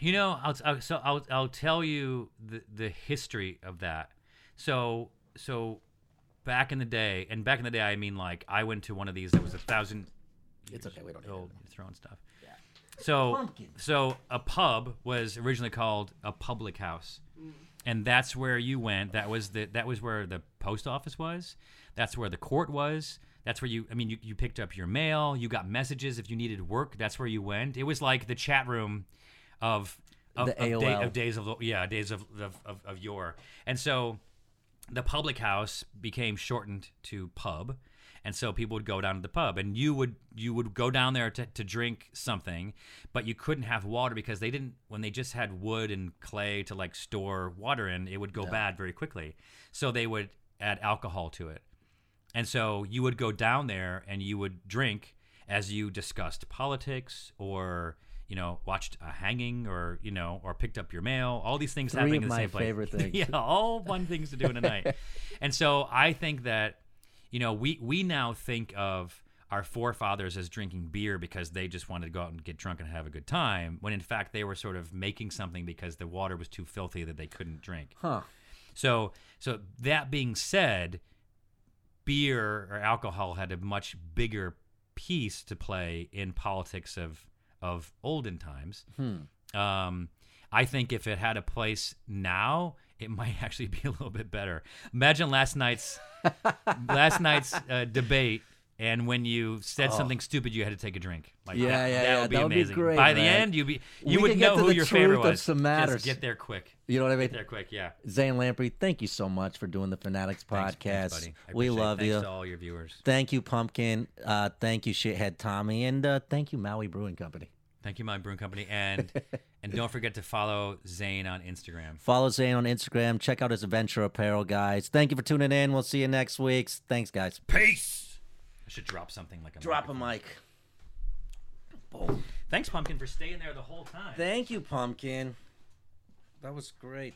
You know, I'll, I'll so I'll I'll tell you the the history of that. So so back in the day, and back in the day, I mean like I went to one of these that was a thousand. It's okay, we don't need old throwing stuff. Yeah. So Pumpkin. so a pub was originally called a public house. And that's where you went. That was the that was where the post office was. That's where the court was. That's where you I mean you, you picked up your mail, you got messages if you needed work, that's where you went. It was like the chat room of of, The of, day- AOL. of days of yeah, days of of, of, of yore. And so the public house became shortened to pub and so people would go down to the pub and you would you would go down there to, to drink something but you couldn't have water because they didn't when they just had wood and clay to like store water in it would go bad very quickly so they would add alcohol to it and so you would go down there and you would drink as you discussed politics or you know watched a hanging or you know or picked up your mail all these things Three happening of in the my same place favorite things. yeah all fun things to do in a night and so i think that you know we we now think of our forefathers as drinking beer because they just wanted to go out and get drunk and have a good time when in fact they were sort of making something because the water was too filthy that they couldn't drink Huh? so, so that being said, beer or alcohol had a much bigger piece to play in politics of of olden times. Hmm. Um, I think if it had a place now, it might actually be a little bit better. Imagine last night's last night's uh, debate. And when you said something stupid, you had to take a drink. Like, Oh. Yeah, that, that yeah, yeah. would be That would be amazing. great, By the man. end, you'd be We you would could get know to who the your favorite truth of was. some Just matters. get there quick. You know what I mean? Get there quick. Yeah. Zane Lamprey, thank you so much for doing the Fanatics podcast. Thanks, buddy. I we appreciate it. love Thanks you. to all your viewers. Thank you, Pumpkin. Uh, thank you, Shithead Tommy, and uh, thank you, Maui Brewing Company. Thank you, Mind Brewing Company, and and don't forget to follow Zane on Instagram. Follow Zane on Instagram. Check out his adventure apparel, guys. Thank you for tuning in. We'll see you next week. Thanks, guys. Peace. I should drop something like a Drop a microphone. mic. Thanks, Pumpkin, for staying there the whole time. Thank you, Pumpkin. That was great.